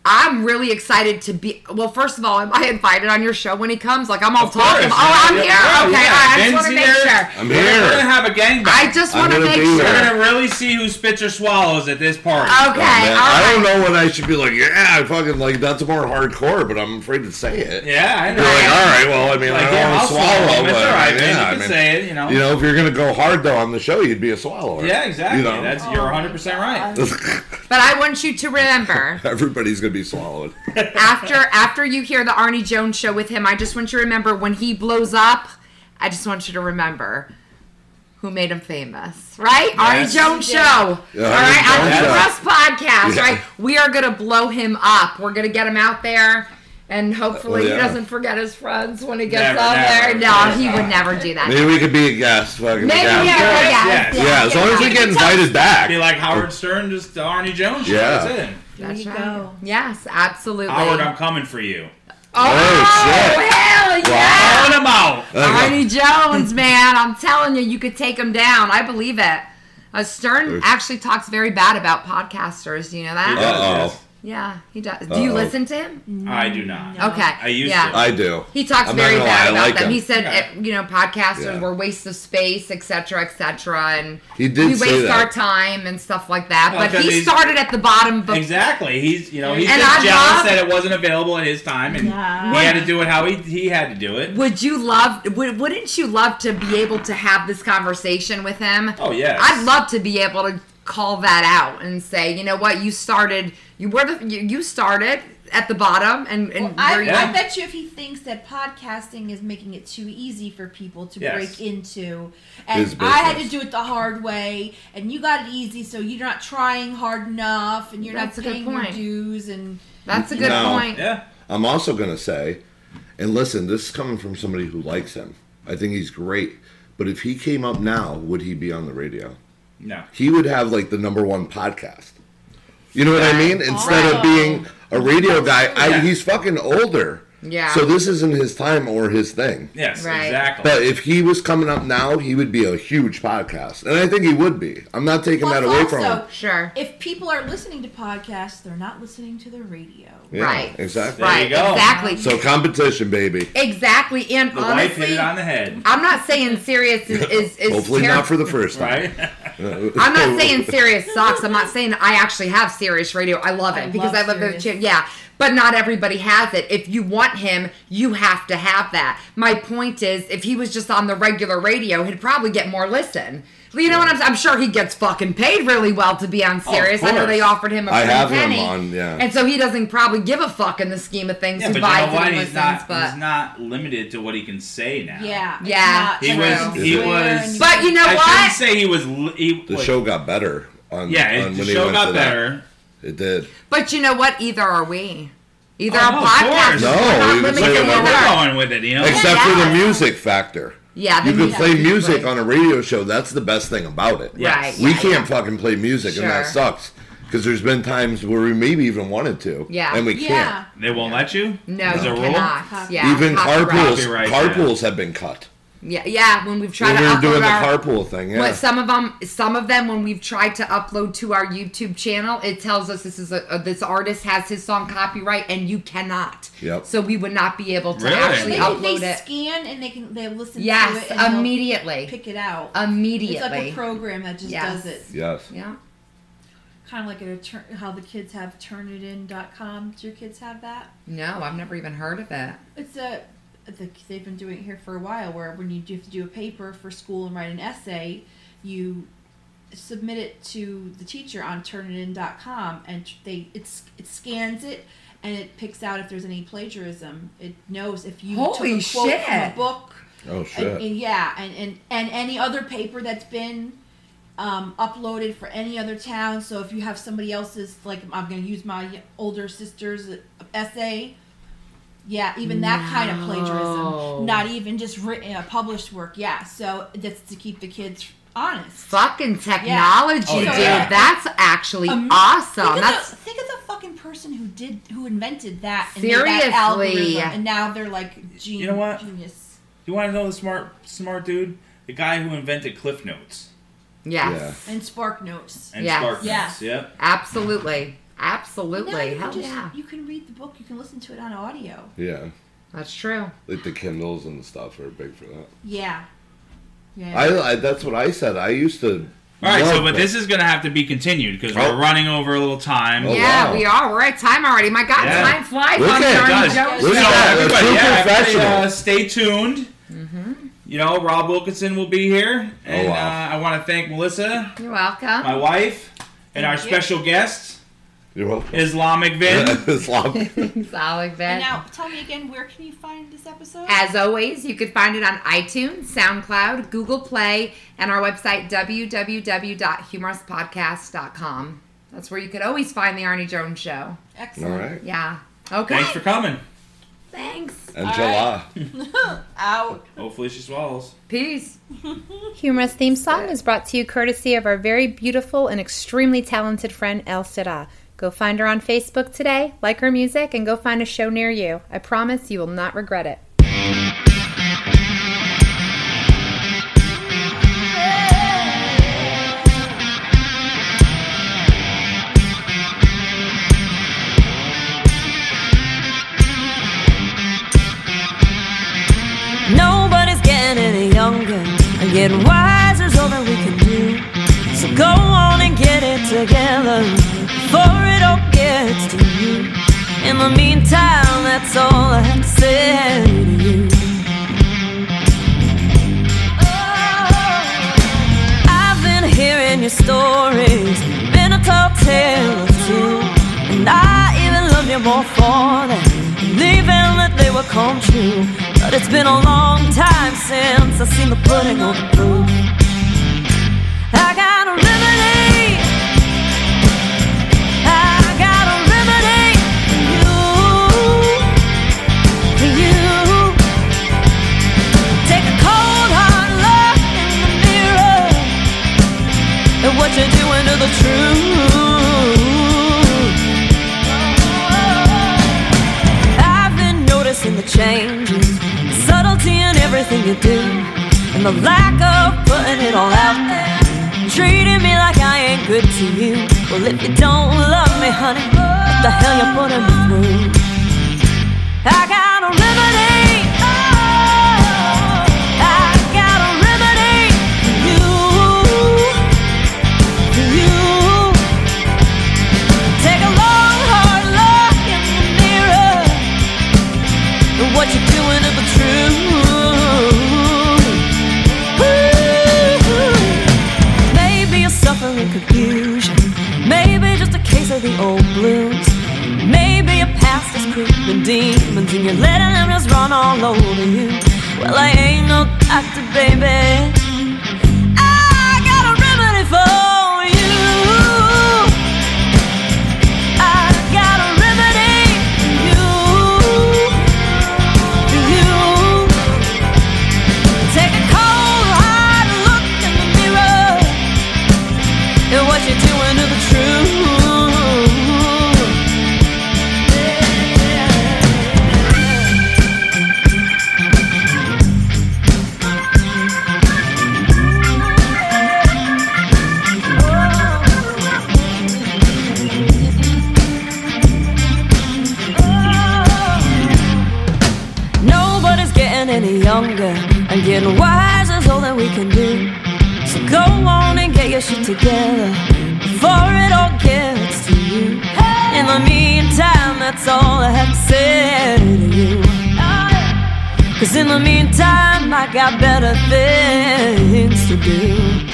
S5: I'm really excited to be. Well, first of all, am I invited on your show when he comes? Like I'm all
S4: Of course,
S5: talking.
S4: yeah,
S5: Oh, I'm
S4: yeah,
S5: here.
S4: yeah, yeah.
S5: okay. all right, I just
S4: Ben's
S5: want to make
S4: here.
S5: sure.
S1: I'm
S4: We're gonna
S1: here.
S4: have a gangbang.
S5: I just
S1: I'm
S5: want to
S1: gonna
S5: make
S1: be
S5: sure.
S1: here.
S4: We're gonna really see who spits or swallows at this party.
S5: Okay.
S1: Man,
S5: all
S1: I don't
S5: right.
S1: know when I should be like, yeah, I fucking like that's more hardcore, but I'm afraid to say it.
S4: Yeah, I know.
S1: You're like, all right, well, I mean, I
S4: Like,
S1: don't
S4: yeah,
S1: want
S4: I'll
S1: to swallow,
S4: swallow. It's
S1: but
S4: all right,
S1: yeah,
S4: man. You
S1: I
S4: can
S1: mean,
S4: say it, you know.
S1: You know, if you're gonna go hard though on the show, you'd be a swallower.
S4: Yeah, exactly.
S1: You know?
S4: That's you're 100 percent right.
S5: Oh. But I want you to remember.
S1: everybody's gonna be swallowed.
S5: after after you hear the Arnie Jones show with him, I just want you to remember when he blows up. I just want you to remember who made him famous, right? Arnie
S4: Yes.
S5: Jones
S2: Yeah.
S5: show.
S1: Yeah,
S5: All
S1: Arnie
S5: right, on
S1: Jones
S5: the
S1: Show.
S5: Russ podcast,
S1: Yeah.
S5: right? We are gonna blow him up. We're gonna get him out there. And hopefully
S1: Oh, yeah.
S5: he doesn't forget his friends when he gets
S4: Never,
S5: out there.
S4: never,
S5: No,
S4: never.
S5: he would never do that.
S1: Maybe we could be a guest. Fucking
S5: Maybe
S1: yeah.
S5: yeah, yeah,
S4: Yes,
S5: yeah,
S4: yes.
S1: Yeah, as long as we get invited back.
S4: Be like Howard Stern, just the Arnie Jones. Show.
S1: Yeah.
S4: That's it.
S2: There
S5: That's
S2: you
S5: right.
S2: go.
S5: Yes, absolutely.
S4: Howard, I'm coming for you.
S5: oh,
S1: Oh, shit.
S5: hell yeah!
S1: Wow.
S4: Calling him out.
S5: Arnie Jones, man, I'm telling you, you could take him down. I believe it. Uh, Stern actually talks very bad about podcasters. Do you know that?
S4: He does
S1: Uh-oh.
S4: this.
S5: Yeah, he does. Do you
S1: Uh-oh.
S5: listen to him?
S4: I do not.
S5: Okay.
S4: I used
S5: yeah.
S4: to.
S1: I do.
S5: He talks
S1: I'm not
S5: very
S1: gonna
S5: bad
S1: lie, I
S5: about
S1: like
S5: them.
S1: him.
S5: He said,
S4: Okay.
S5: eh, you know, podcasters
S1: Yeah.
S5: were waste of space, etc., etc., and
S1: He did
S5: we
S1: say
S5: waste
S1: that.
S5: our time and stuff like that.
S4: Well,
S5: but he
S4: 'cause he's-
S5: started at the bottom. But
S4: Exactly. He's you know he's
S5: And
S4: just
S5: I
S4: jealous
S5: love-
S4: that it wasn't available at his time, and
S2: Yeah.
S4: he had to do it how he he had to do it.
S5: Would you love? Would, wouldn't you love to be able to have this conversation with him?
S4: Oh, yes.
S5: I'd love to be able to call that out and say, you know what, you started. You were the. You, you started at the bottom, and and
S2: I,
S5: where you-
S4: Yeah.
S2: I bet you if he thinks that podcasting is making it too easy for people to
S4: Yes.
S2: break into,
S1: His
S2: and I had to
S1: business.
S2: do it the hard way, and you got it easy, so you're not trying hard enough, and you're
S5: That's a
S2: not
S5: good
S2: paying your
S5: point.
S2: dues, and
S5: that's a good
S1: No.
S5: point.
S4: Yeah.
S1: I'm also gonna say, and listen, this is coming from somebody who likes him. I think he's great. But if he came up now, would he be on the radio?
S4: No.
S1: He would have like the number one podcast. You know what I mean? Instead
S2: Wow.
S1: of being a radio guy, I,
S4: Yeah.
S1: he's fucking older.
S5: Yeah.
S1: So this isn't his time or his thing.
S4: Yes.
S5: Right.
S4: Exactly.
S1: But if he was coming up now, he would be a huge podcast, and I think he would be. I'm not taking
S2: Plus
S1: that away from
S2: also-
S1: him.
S5: Sure.
S2: if people are listening to podcasts, they're not listening to the radio.
S1: Yeah,
S5: right.
S1: Exactly.
S5: Right.
S4: you go.
S5: Exactly.
S1: So competition, baby.
S5: exactly. And
S4: the wife hit
S5: honestly,
S4: it on the head.
S5: I'm not saying serious is is, is
S1: Hopefully
S5: terrible.
S1: not for the first time.
S4: Right.
S5: I'm not saying Sirius sucks. I'm not saying I actually have Sirius Radio. I love it
S2: I
S5: because
S2: love
S5: I love the
S2: Sirius.
S5: channel. Yeah, but not everybody has it. If you want him, you have to have that. My point is, if he was just on the regular radio, he'd probably get more listen. You know what I'm? I'm sure he gets fucking paid really well to be on
S4: of
S5: Sirius. I know
S4: course.
S5: they offered him a
S1: Oh, I
S5: free
S1: have him
S5: penny,
S1: on, yeah.
S5: and so he doesn't probably give a fuck in the scheme of things.
S4: Yeah,
S5: who
S4: but you
S5: buys
S4: know
S5: it
S4: what?
S5: and
S4: He's
S5: listens,
S4: not.
S5: but
S4: He's not limited to what he can say now.
S2: Yeah. it's
S5: Yeah.
S2: not
S4: He
S2: true.
S4: was. He
S1: Where
S4: was.
S5: But you know
S4: I
S5: what?
S4: shouldn't say he was. li- He,
S1: The
S4: like,
S1: show got better. On,
S4: Yeah,
S1: on
S4: the
S1: when he
S4: show
S1: went
S4: got
S1: to that.
S4: better.
S1: It did.
S5: but you know what? Either are we. Either
S4: Oh,
S5: our
S4: no, of
S5: podcast.
S4: course. No,
S5: we're not
S1: we can
S5: limited
S1: say
S5: with
S4: Look
S1: whatever.
S4: at
S5: our-
S4: where we're going with it, you know.
S1: Except
S5: Oh, yeah.
S1: for the music factor.
S5: Yeah, the
S1: You could
S5: music
S1: play
S5: is
S1: music
S5: great.
S1: on a radio show. That's the best thing about it.
S4: Yes.
S5: Right.
S1: We
S5: yeah,
S1: can't
S5: yeah.
S1: fucking play music, and that
S5: Sure.
S1: sucks. Because there's been times where we maybe even wanted to.
S5: Yeah.
S1: And we
S2: Yeah.
S1: can't.
S4: They won't let you.
S5: No,
S4: As
S5: you
S4: a rule.
S5: cannot. Yeah,
S1: even
S5: copyright.
S1: carpools,
S4: Copyright, yeah.
S1: carpools have been cut.
S5: Yeah, yeah. When we've tried
S1: when
S5: to
S1: we were
S5: upload
S1: doing the
S5: our,
S1: carpool thing, yeah.
S5: what some of them, some of them, when we've tried to upload to our YouTube channel, it tells us this is a, a this artist has his song copyright and you cannot.
S1: Yep.
S5: So we would not be able to
S4: Really?
S5: actually
S2: They,
S4: Yeah.
S2: can, they
S5: upload it.
S2: scan and they can they listen to
S5: Yes,
S2: it and they'll
S5: immediately.
S2: pick it out.
S5: immediately.
S2: It's like a program that just
S5: Yes.
S2: does it.
S1: yes.
S5: yeah.
S2: Kind of like a turn, how the kids have turnitin.com. Do your kids have that?
S5: No, I've never even heard of it.
S2: It's a the, they've been doing it here for a while where when you do have to do a paper for school and write an essay, you submit it to the teacher on turnitin.com and they it's it scans it and it picks out if there's any plagiarism. It knows if you took a
S5: Holy
S2: quote from a
S5: shit.
S2: book
S1: Oh
S2: and,
S1: shit.
S2: and yeah, and, and and any other paper that's been um, uploaded for any other town. So if you have somebody else's, like I'm going to use my older sister's essay. Yeah, even that kind of
S5: No.
S2: plagiarism. Not even just written, uh, published work. Yeah, so that's to keep the kids honest.
S5: Fucking technology,
S4: Oh,
S5: dude.
S4: yeah.
S5: That's actually
S2: Am-
S5: awesome.
S2: Think
S5: That's
S2: of, the, think of the fucking person who did who invented that and made that
S5: Seriously.
S2: algorithm, and now they're like gen-
S4: You know what?
S2: genius.
S4: You want to know the smart, smart dude? The guy who invented Cliff Notes
S5: yes.
S1: Yeah.
S2: And Spark Notes.
S4: and
S5: Yes.
S4: Spark Notes.
S2: Yes.
S4: Yep.
S5: Absolutely. Absolutely.
S2: you
S5: Hell
S2: can just-
S5: yeah.
S2: You can read the book. You can listen to it on audio.
S1: Yeah.
S5: That's true.
S1: Like the Kindles and stuff are big for that.
S2: Yeah. Yeah.
S1: I, I that's what I said. I used to.
S4: All right, so
S1: love
S4: but
S1: that.
S4: this is gonna have to be continued because
S1: Oh.
S4: we're running over a little time.
S1: Oh,
S5: yeah,
S1: wow.
S5: we are. We're at time already. My God,
S4: Yeah.
S5: time flies
S1: Look
S5: on
S1: at it,
S5: Johnny
S4: does.
S5: Jones.
S1: Look
S4: So
S1: at that. We're
S4: everybody,
S1: true
S4: yeah, everybody,
S1: professional.
S4: uh, stay tuned. You know, Rob Wilkinson will be here, and
S1: Oh, wow.
S4: uh, I want to thank Melissa,
S5: You're
S4: my
S5: welcome.
S4: wife, and our
S2: Thank you.
S4: special guest,
S1: You're welcome.
S4: Islamic Vin.
S1: Islam.
S5: Solid
S2: and
S5: vet.
S2: now tell me again, where can you find this episode?
S5: As always, you can find it on iTunes, SoundCloud, Google Play, and our website, www.humourouspodcast.com. That's where you could always find The Arnie Jones Show.
S1: All
S2: Excellent.
S1: right.
S5: Yeah. Okay.
S4: Thanks for coming.
S5: Thanks.
S1: And
S2: right.
S1: July.
S2: Out.
S4: Hopefully, she swallows.
S5: Peace.
S8: Humorous theme song is brought to you courtesy of our very beautiful and extremely talented friend El Sida. Go find her on Facebook today, like her music, and go find a show near you. I promise you will not regret it.
S9: Nobody's getting younger. and getting wiser is all that we can do. So go on and get it together before it all gets to you. In the meantime, that's all I have to say to you. Oh. I've been hearing your stories, been a tall tale or two, and I even loved you more for that, believing that they would come true. But it's been a long time since I've seen the pudding on the proof. I got a remedy. I got a remedy for you, for you. Take a cold hard look in the mirror at what you're doing to the truth. I've been noticing the changes, subtlety in everything you do, and the lack of putting it all out there. Treating me like I ain't good to you. Well, if you don't love me, honey, what the hell you putting me through? I got a remedy. Oh, I got a remedy for you, for you. Take a long, hard look in the mirror at what you're doing to the truth. Ooh. Maybe you're suffering confusion. Maybe just a case of the old blues. Maybe your past is creeping demons and you're letting them just run all over you. Well, I ain't no doctor, baby. I got a remedy for you. I got a remedy for you. For you. Take a cold hard look in the mirror at what you're doing to the truth. Yeah. Nobody's getting any younger, and getting wiser is all that we can do. So go on and get your shit together before it all gets to you. In the meantime, that's all I have to say to you. Cause in the meantime, I got better things to do.